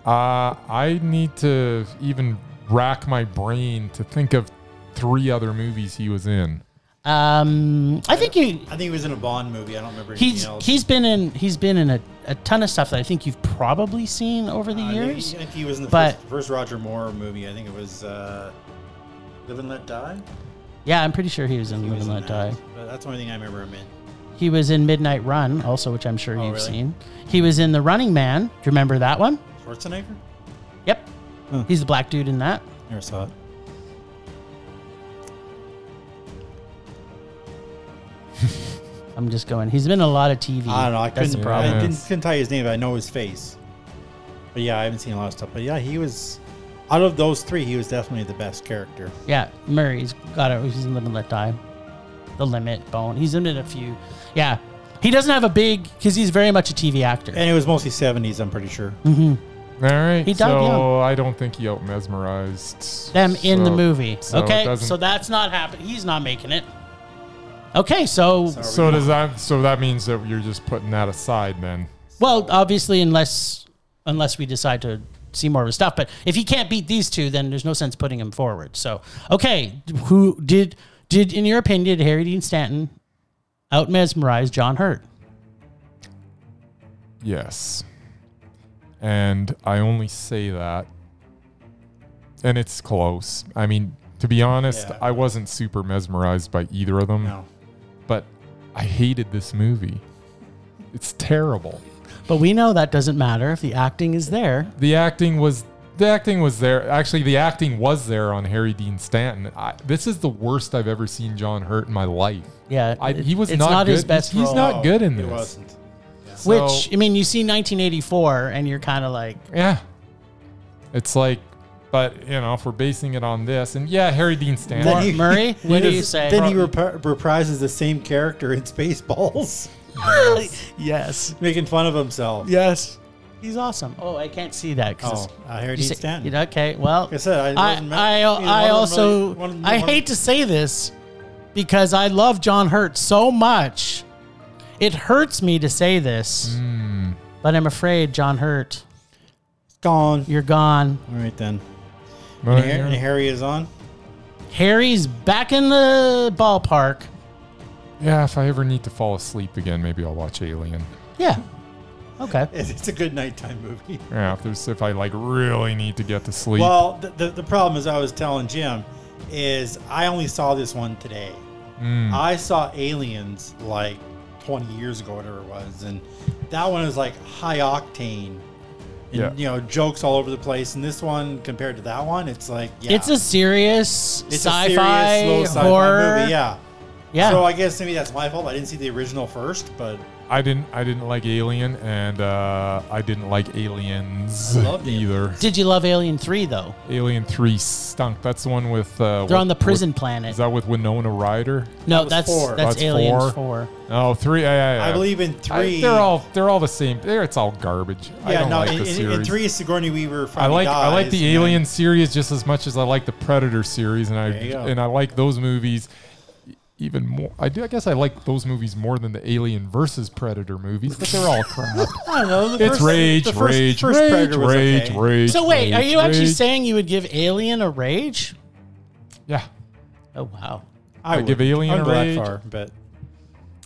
Speaker 1: uh, I need to even rack my brain to think of three other movies he was in.
Speaker 3: Um, I think you.
Speaker 4: I think he was in a Bond movie. I don't remember anything
Speaker 3: He's
Speaker 4: else.
Speaker 3: he's been in he's been in a, a ton of stuff that I think you've probably seen over the
Speaker 4: Uh, I think
Speaker 3: years.
Speaker 4: he- I think he was in the
Speaker 3: but-
Speaker 4: first, first Roger Moore movie. I think it was uh, Live and Let Die.
Speaker 3: yeah, I'm pretty sure he was in
Speaker 4: He
Speaker 3: Live
Speaker 4: was
Speaker 3: and
Speaker 4: in
Speaker 3: Let Die.
Speaker 4: But that's the only thing I remember him in.
Speaker 3: He was in Midnight Run, also, which I'm sure
Speaker 4: Oh,
Speaker 3: you've
Speaker 4: really?
Speaker 3: seen. He was in The Running Man. Do you remember that one?
Speaker 4: Schwarzenegger?
Speaker 3: Yep.
Speaker 4: Huh.
Speaker 3: He's the black dude in that.
Speaker 4: Never saw it.
Speaker 3: Mm. I'm just going. He's been in a lot of TV.
Speaker 4: I don't know. I
Speaker 3: That's
Speaker 4: couldn't,
Speaker 3: the problem.
Speaker 4: I didn't, couldn't tell you his name, but I know his face. But yeah, I haven't seen a lot of stuff. But yeah, he was out of those three, he was definitely the best character.
Speaker 3: Yeah, Murray's got it. He's in Live and Let Die. The Limit, Bone. He's in it a few. Yeah. He doesn't have a big, because he's very much a TV actor.
Speaker 4: And it was mostly seventies, I'm pretty sure.
Speaker 1: All right,
Speaker 3: He died
Speaker 1: so
Speaker 3: young.
Speaker 1: I don't think he out mesmerized
Speaker 3: Them in the movie.
Speaker 1: so it
Speaker 3: okay,
Speaker 1: doesn't-
Speaker 3: so that's not happening. He's not making it. Okay, so,
Speaker 1: So does that? So that means that you're just putting that aside then.
Speaker 3: well, obviously, unless unless we decide to see more of his stuff, but if he can't beat these two, then there's no sense putting him forward. So, okay, who did did in your opinion did Harry Dean Stanton out mesmerize John Hurt?
Speaker 1: Yes. And I only say that. And it's close. I mean, to be honest,
Speaker 4: Yeah.
Speaker 1: I wasn't super mesmerized by either of them.
Speaker 4: No.
Speaker 1: But I hated this movie. It's terrible.
Speaker 3: But we know that doesn't matter if the acting is there.
Speaker 1: The acting was the acting was there. Actually, the acting was there on Harry Dean Stanton. I, this is the worst I've ever seen John Hurt in my life.
Speaker 3: Yeah,
Speaker 1: I,
Speaker 3: it-
Speaker 1: he was
Speaker 3: it's
Speaker 1: not, good.
Speaker 3: his best.
Speaker 1: He's
Speaker 3: role.
Speaker 1: not good in this.
Speaker 4: It wasn't.
Speaker 1: So-
Speaker 3: Which I mean, you see 1984, and you're kind of like,
Speaker 1: Yeah. It's like, but you know, if we're basing it on this, and yeah, Harry Dean Stanton.
Speaker 3: Then he- Murray, what do you say?
Speaker 4: Then he repri- reprises the same character in Spaceballs,
Speaker 3: yes,
Speaker 4: making fun of himself.
Speaker 3: yes, he's awesome. Oh, I can't see that because
Speaker 4: Oh, uh, Harry
Speaker 3: You
Speaker 4: Dean
Speaker 3: say-
Speaker 4: Stanton.
Speaker 3: you know, okay, well,
Speaker 4: I said, I
Speaker 3: I,
Speaker 4: wasn't-
Speaker 3: I,
Speaker 4: you know, wasn't
Speaker 3: I
Speaker 4: really-
Speaker 3: also,
Speaker 4: wasn't-
Speaker 3: I
Speaker 4: wasn't-
Speaker 3: hate to say this because I love John Hurt so much. It hurts me to say this, but I'm afraid, John Hurt,
Speaker 4: gone.
Speaker 3: you're gone.
Speaker 4: All right then.
Speaker 1: Murray,
Speaker 4: And Harry, and Harry is on.
Speaker 3: Harry's back in the ballpark.
Speaker 1: yeah, if I ever need to fall asleep again, maybe I'll watch Alien.
Speaker 3: Yeah. Okay.
Speaker 4: It- It's a good nighttime movie.
Speaker 1: Yeah, if there's if I like really need to get to sleep.
Speaker 4: Well, the, the, the problem is I was telling Jim is I only saw this one today. I saw Aliens like 20 years ago, whatever it was, and that one is like high octane. And,
Speaker 1: Yeah.
Speaker 4: you know, jokes all over the place. And this one, compared to that one, it's like yeah,
Speaker 3: It's a serious
Speaker 4: It's a serious,
Speaker 3: sci-fi
Speaker 4: slow sci-fi
Speaker 3: horror.
Speaker 4: movie. Yeah.
Speaker 3: Yeah.
Speaker 4: So I guess maybe that's my fault. I didn't see the original first, but
Speaker 1: I didn't I didn't like Alien, and uh, I didn't like Aliens
Speaker 4: I loved it.
Speaker 1: either.
Speaker 3: Did you love Alien Three though?
Speaker 1: Alien Three stunk. That's the one with uh,
Speaker 3: They're on the
Speaker 1: with-
Speaker 3: prison
Speaker 1: with-
Speaker 3: planet.
Speaker 1: Is that with Winona Ryder?
Speaker 3: no,
Speaker 4: was
Speaker 3: that's
Speaker 4: four.
Speaker 3: that's,
Speaker 1: That's
Speaker 3: Alien
Speaker 1: four?
Speaker 3: Four.
Speaker 1: Oh, three. Yeah, yeah, yeah.
Speaker 4: I believe in
Speaker 1: I-
Speaker 4: three.
Speaker 1: they're all they're all the same. They're, it's all garbage. I
Speaker 4: yeah,
Speaker 1: don't
Speaker 4: no.
Speaker 1: like
Speaker 4: in,
Speaker 1: the
Speaker 4: in- in
Speaker 1: series.
Speaker 4: three, Sigourney Weaver.
Speaker 1: I
Speaker 4: finally
Speaker 1: like I like
Speaker 4: dies,
Speaker 1: the
Speaker 4: and then-
Speaker 1: Alien series just as much as I like the Predator series, and I
Speaker 4: There you go.
Speaker 1: and I like those movies even more. I do. I guess I like those movies more than the Alien versus Predator movies, but they're all crap.
Speaker 4: I don't know. the
Speaker 1: it's
Speaker 4: first-
Speaker 1: rage,
Speaker 4: the first-
Speaker 1: rage,
Speaker 4: first
Speaker 1: rage,
Speaker 4: Predator was
Speaker 1: rage,
Speaker 4: okay.
Speaker 1: rage.
Speaker 3: So wait,
Speaker 1: rage,
Speaker 3: are you actually
Speaker 1: rage.
Speaker 3: saying you would give Alien a rage?
Speaker 1: Yeah,
Speaker 3: Oh wow.
Speaker 4: I
Speaker 1: I'd give
Speaker 4: would.
Speaker 1: Alien
Speaker 4: I
Speaker 1: a
Speaker 4: wouldn't go that
Speaker 1: rage.
Speaker 4: far, but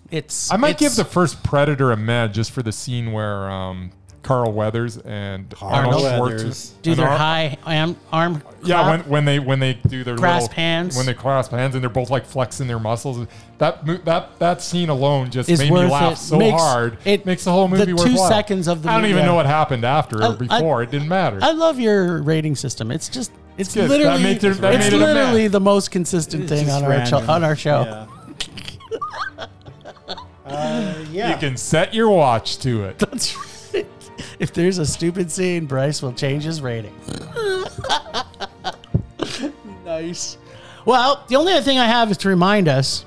Speaker 3: It's
Speaker 1: I might give
Speaker 3: it's-
Speaker 1: the first Predator a med just for the scene where um, Carl Weathers and Arnold
Speaker 4: Weathers.
Speaker 1: Schwarzenegger
Speaker 3: do
Speaker 1: and
Speaker 3: their
Speaker 1: Ar-
Speaker 3: high arm arm.
Speaker 1: Yeah,
Speaker 3: clap.
Speaker 1: when, when they when they do their
Speaker 3: Grasp
Speaker 1: little,
Speaker 3: hands.
Speaker 1: when they clasp hands and they're both like flexing their muscles. That mo- that that scene alone just
Speaker 3: Is
Speaker 1: made me
Speaker 3: worth
Speaker 1: laugh
Speaker 3: it.
Speaker 1: so
Speaker 3: Makes-
Speaker 1: hard.
Speaker 3: it-
Speaker 1: It makes the whole
Speaker 3: the
Speaker 1: movie
Speaker 3: two
Speaker 1: worthwhile.
Speaker 3: seconds of the
Speaker 1: I don't
Speaker 3: movie-
Speaker 1: even
Speaker 3: yeah.
Speaker 1: know what happened after
Speaker 3: I-
Speaker 1: or
Speaker 3: I-
Speaker 1: before. it didn't matter.
Speaker 3: I love your rating system. It's just it's
Speaker 1: good. That
Speaker 3: literally
Speaker 1: made it- that
Speaker 3: it's
Speaker 1: made it a match.
Speaker 3: literally the most consistent
Speaker 4: It's
Speaker 3: thing
Speaker 4: just
Speaker 3: on our, cho-
Speaker 4: random.
Speaker 3: on our show.
Speaker 4: Yeah. Uh, yeah.
Speaker 1: you can set your watch to it.
Speaker 3: That's right. If there's a stupid scene, Bryce will change his rating. nice. Well, the only other thing I have is to remind us,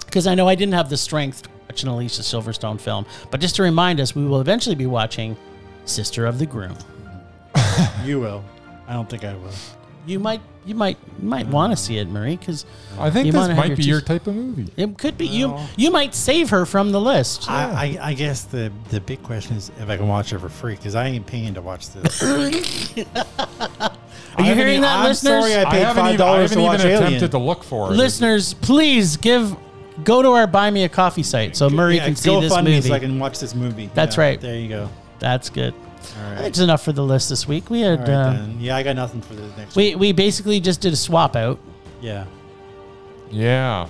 Speaker 3: because I know I didn't have the strength to watch an Alicia Silverstone film, but just to remind us, we will eventually be watching Sister of the Groom.
Speaker 4: You will. I don't think I will.
Speaker 3: You might, you might, you might want to see it, Marie, because
Speaker 1: I think
Speaker 3: You
Speaker 1: this
Speaker 3: wanna have
Speaker 1: might
Speaker 3: your
Speaker 1: be your
Speaker 3: cheese-
Speaker 1: type of movie.
Speaker 3: it could be you. You might save her from the list.
Speaker 4: I, I, I guess the, the big question is if I can watch it for free because I ain't paying to watch this. Are
Speaker 3: Are you hearing that,
Speaker 4: I'm
Speaker 3: listeners?
Speaker 4: Sorry, I
Speaker 1: I
Speaker 4: paid
Speaker 1: haven't
Speaker 4: five
Speaker 1: even, I
Speaker 4: dollars
Speaker 1: haven't
Speaker 4: to watch
Speaker 1: even
Speaker 4: Alien.
Speaker 1: attempted to look for it.
Speaker 3: listeners, please give go to our Buy Me a Coffee site so Murray
Speaker 4: Yeah,
Speaker 3: can see this
Speaker 4: GoFundMe
Speaker 3: movie.
Speaker 4: so I can watch this movie.
Speaker 3: That's
Speaker 4: Yeah,
Speaker 3: right.
Speaker 4: There you go.
Speaker 3: That's good.
Speaker 4: All right.
Speaker 3: That's enough for the list this week. We had
Speaker 4: All right,
Speaker 3: uh,
Speaker 4: then. Yeah, I got nothing for the next.
Speaker 3: we we basically just did a swap out.
Speaker 4: one. Yeah.
Speaker 1: Yeah,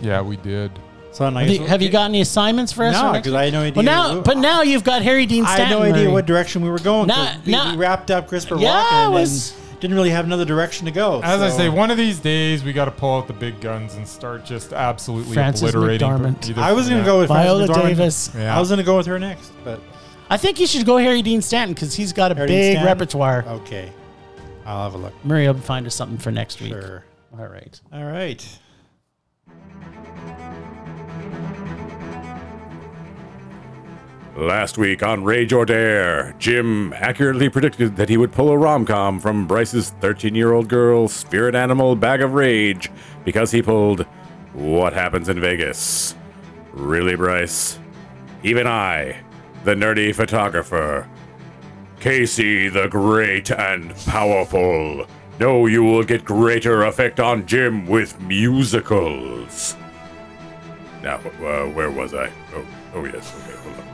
Speaker 1: yeah, we did.
Speaker 4: So I
Speaker 3: Have
Speaker 4: guess
Speaker 3: you,
Speaker 4: we'll-
Speaker 3: have you got any assignments for us?
Speaker 4: No,
Speaker 3: or next-
Speaker 4: 'cause I had no
Speaker 3: Well,
Speaker 4: idea
Speaker 3: now
Speaker 4: who-
Speaker 3: but now you've got Harry Dean
Speaker 4: I
Speaker 3: Stanton.
Speaker 4: had no idea
Speaker 3: Murray.
Speaker 4: what direction we were going. 'cause
Speaker 3: Nah,
Speaker 4: we,
Speaker 3: nah.
Speaker 4: we wrapped up CRISPR
Speaker 3: Yeah,
Speaker 4: Walken
Speaker 3: it was-
Speaker 4: and didn't really have another direction to go.
Speaker 1: As I
Speaker 4: so-
Speaker 1: say, one of these days we got to pull out the big guns and start just absolutely
Speaker 3: Frances
Speaker 1: obliterating.
Speaker 3: McDormand.
Speaker 1: either-
Speaker 4: I was going
Speaker 1: yeah.
Speaker 4: to go with Frances
Speaker 3: Viola
Speaker 4: McDormand.
Speaker 3: Davis.
Speaker 1: Yeah.
Speaker 4: I was going to go with her next, but
Speaker 3: I think you should go Harry Dean Stanton because he's got a
Speaker 4: Harry Dean
Speaker 3: big
Speaker 4: Stanton? Oh.
Speaker 3: repertoire.
Speaker 4: okay. I'll have a look.
Speaker 3: Murray will find us something for next week.
Speaker 4: Sure.
Speaker 3: All right.
Speaker 4: All right.
Speaker 7: Last week on Rage or Dare, Jim accurately predicted that he would pull a rom com from Bryce's 13 year old girl, spirit animal Bag of Rage because he pulled What Happens in Vegas. Really, Bryce? Even I, the nerdy photographer, Casey the Great and Powerful, know you will get greater effect on Jim with musicals. Now, uh, where was I? Oh, oh yes. Okay, hold on.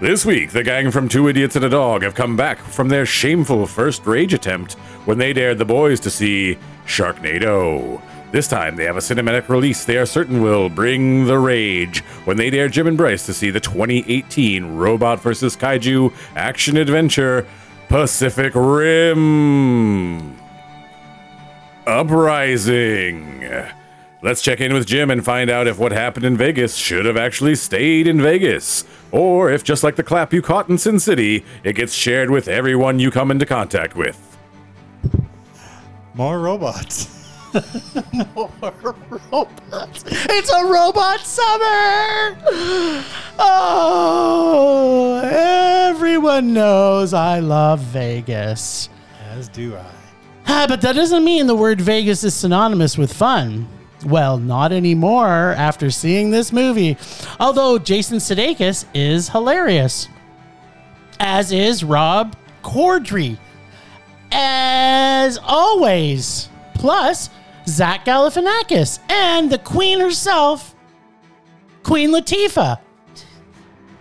Speaker 7: This week, the gang from Two Idiots and a Dog have come back from their shameful first rage attempt when they dared the boys to see Sharknado, This time, they have a cinematic release they are certain will bring the rage when they dare Jim and Bryce to see the 2018 Robot vs. Kaiju action adventure Pacific Rim Uprising. Let's check in with Jim and find out if what happened in Vegas should have actually stayed in Vegas, or if, just like the clap you caught in Sin City, it gets shared with everyone you come into contact with.
Speaker 4: More robots.
Speaker 3: robots. It's a robot summer. Oh, everyone knows I love Vegas.
Speaker 4: As do I.
Speaker 3: Ah, but that doesn't mean the word Vegas is synonymous with fun. Well, not anymore after seeing this movie. Although Jason Sudeikis is hilarious, as is Rob Corddry, as always. Plus, Zach Galifianakis and the Queen herself, Queen Latifah.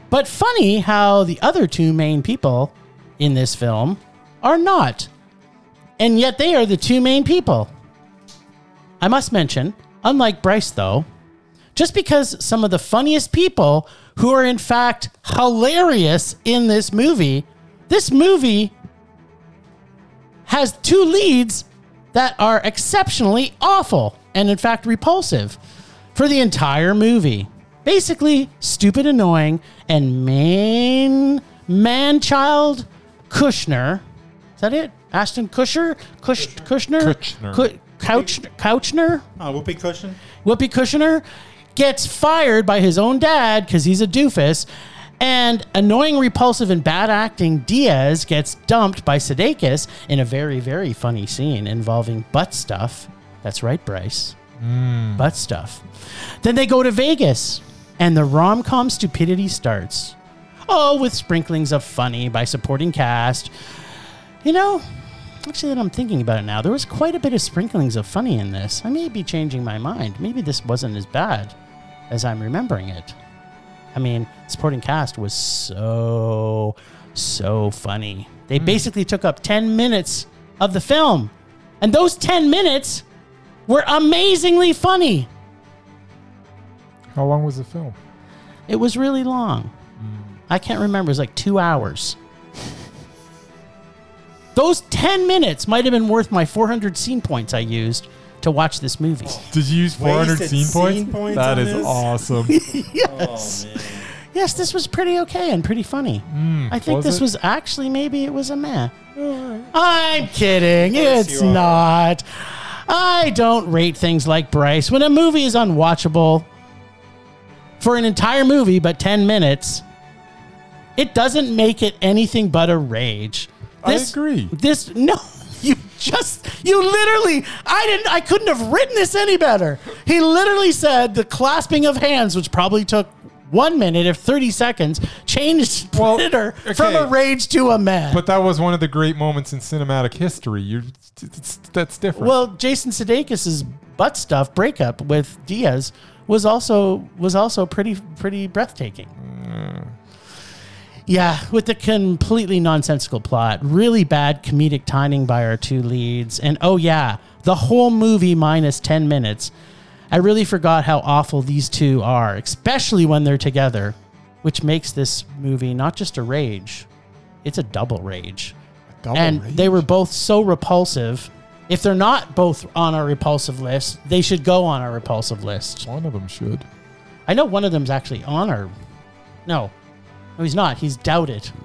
Speaker 3: But funny how the other two main people in this film are not and yet they are the two main people. I must mention, unlike Bryce, though, just because some of the funniest people who are in fact hilarious in this movie, this movie has two leads that are exceptionally awful and in fact repulsive for the entire movie. Basically, stupid, annoying, and main man child Kushner. Is that it? Ashton Kusher? Kush, Kushner?
Speaker 1: Kutchner.
Speaker 3: Ku- Couch, Couchner?
Speaker 4: Oh, whoopee cushion.
Speaker 3: Whoopi Cushioner gets fired by his own dad because he's a doofus. And annoying, repulsive, and bad acting Diaz gets dumped by Sudeikis in a very, very funny scene involving butt stuff. That's right, Bryce. Butt stuff. Then they go to Vegas, and the rom com stupidity starts. Oh, with sprinklings of funny by supporting cast. You know, Actually, that I'm thinking about it now, there was quite a bit of sprinklings of funny in this. I may be changing my mind. Maybe this wasn't as bad as I'm remembering it. I mean, supporting cast was so, so funny. They basically took up 10 minutes of the film, and those 10 minutes were amazingly funny.
Speaker 1: How long was the film?
Speaker 3: It was really long. I can't remember. It was like two hours. Those 10 minutes might have been worth my 400 scene points I used to watch this movie.
Speaker 1: Did you use 400
Speaker 4: Wasted
Speaker 1: scene points?
Speaker 4: scene points
Speaker 1: that
Speaker 4: on
Speaker 1: is
Speaker 4: this?
Speaker 1: awesome.
Speaker 3: yes. Yes, this was pretty okay and pretty funny. I think
Speaker 1: was
Speaker 3: this
Speaker 1: it?
Speaker 3: was actually maybe it was a meh. I'm kidding. it's
Speaker 4: you are.
Speaker 3: not. I don't rate things like Bryce. When a movie is unwatchable for an entire movie but 10 minutes, it doesn't make it anything but a rage.
Speaker 1: I agree.
Speaker 3: This no, you just you literally I didn't I couldn't have written this any better. He literally said the clasping of hands, which probably took one minute if thirty seconds, changed
Speaker 1: Well,
Speaker 3: Predator from
Speaker 1: okay.
Speaker 3: a rage to a man.
Speaker 1: But that was one of the great moments in cinematic history. You're, it's, that's different.
Speaker 3: well, Jason Sudeikis's butt stuff breakup with Diaz was also was also pretty pretty breathtaking. Yeah, with the completely nonsensical plot, really bad comedic timing by our two leads, and oh yeah, the whole movie minus 10 minutes. I really forgot how awful these two are, especially when they're together, which makes this movie not just a rage, it's a double rage. and they were both so repulsive. If they're not both on our repulsive list, they should go on our repulsive list.
Speaker 1: one of them should.
Speaker 3: I know one of them's actually on our. No, no, he's not. He's doubted.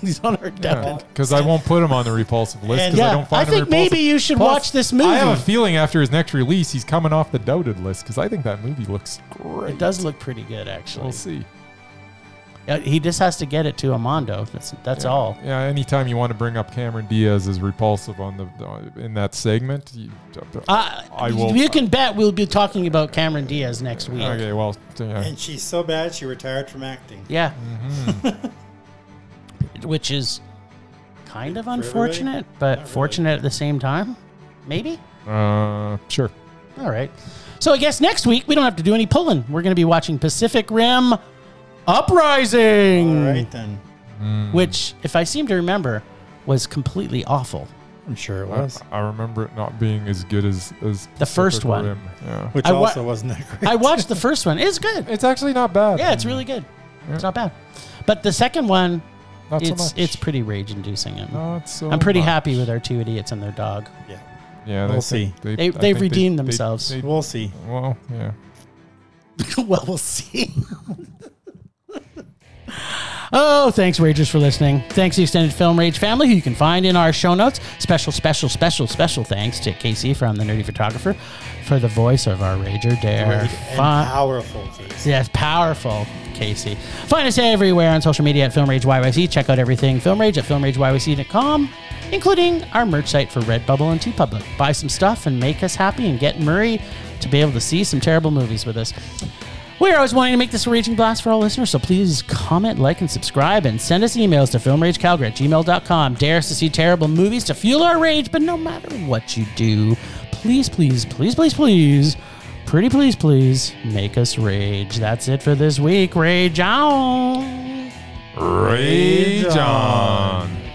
Speaker 3: He's on our doubted.
Speaker 1: Because I won't put him on the repulsive list because I
Speaker 3: Yeah,
Speaker 1: don't find
Speaker 3: I
Speaker 1: him
Speaker 3: think maybe
Speaker 1: repulsive.
Speaker 3: you should
Speaker 1: Plus,
Speaker 3: watch this movie.
Speaker 1: I have a feeling after his next release, he's coming off the doubted list because I think that movie looks great.
Speaker 3: It does look pretty good, actually.
Speaker 1: We'll see.
Speaker 3: Yeah, He just has to get it to Amando. That's that's all.
Speaker 1: Yeah, anytime you want to bring up Cameron Diaz as repulsive on the uh, in that segment, you,
Speaker 3: Uh,
Speaker 1: I will.
Speaker 3: You can bet we'll be talking about Cameron Diaz next week.
Speaker 1: okay, well, yeah.
Speaker 4: And she's so bad she retired from acting.
Speaker 3: Yeah.
Speaker 1: Mm-hmm.
Speaker 3: Which is kind of
Speaker 4: everybody?
Speaker 3: unfortunate, but fortunate at the same time. Maybe.
Speaker 1: uh, sure.
Speaker 3: All right. So I guess next week we don't have to do any pulling. We're going to be watching Pacific Rim Uprising,
Speaker 2: Mm.
Speaker 4: All right then.
Speaker 3: which, if I seem to remember, was completely awful.
Speaker 2: I'm sure it
Speaker 1: I,
Speaker 2: was.
Speaker 1: I remember it not being as good as as
Speaker 3: The first
Speaker 1: Pacific
Speaker 3: one.
Speaker 1: Rim. Yeah.
Speaker 2: Which
Speaker 3: I wa-
Speaker 2: also wasn't that great.
Speaker 3: I watched the first one. It's good.
Speaker 1: It's actually not bad.
Speaker 3: Yeah, it's really good. It's not bad. But the second one,
Speaker 1: Not so
Speaker 3: it's
Speaker 1: much.
Speaker 3: it's pretty rage inducing.
Speaker 1: Not so
Speaker 3: I'm pretty
Speaker 1: much.
Speaker 3: happy with our two idiots and their dog.
Speaker 1: Yeah,
Speaker 4: We'll
Speaker 1: think
Speaker 3: They-
Speaker 1: I
Speaker 3: they've
Speaker 1: think
Speaker 3: redeemed themselves.
Speaker 1: they-
Speaker 4: We'll see.
Speaker 1: well, yeah.
Speaker 3: well, we'll see. oh, thanks, Ragers, for listening. Thanks to the Extended Film Rage family, who you can find in our show notes. Special, special, special, special thanks to Casey from The Nerdy Photographer for the voice of our Rager Dare.
Speaker 4: And
Speaker 3: Fi-
Speaker 4: powerful. Jason.
Speaker 3: Yes, powerful, Casey. Find us everywhere on social media at Film Rage YYC. Check out everything Film Rage at filmrageyyc.com, including our merch site for Redbubble and TeePublic. Buy some stuff and make us happy and get Murray to be able to see some terrible movies with us. We're always wanting to make this a raging blast for all listeners, so please comment, like, and subscribe, and send us emails to filmragecalgary at gmail.com. Dare us to see terrible movies to fuel our rage, but no matter what you do, please, please, please, please, please, pretty please, please, make us rage. That's it for this week. Rage on!
Speaker 1: Ray John.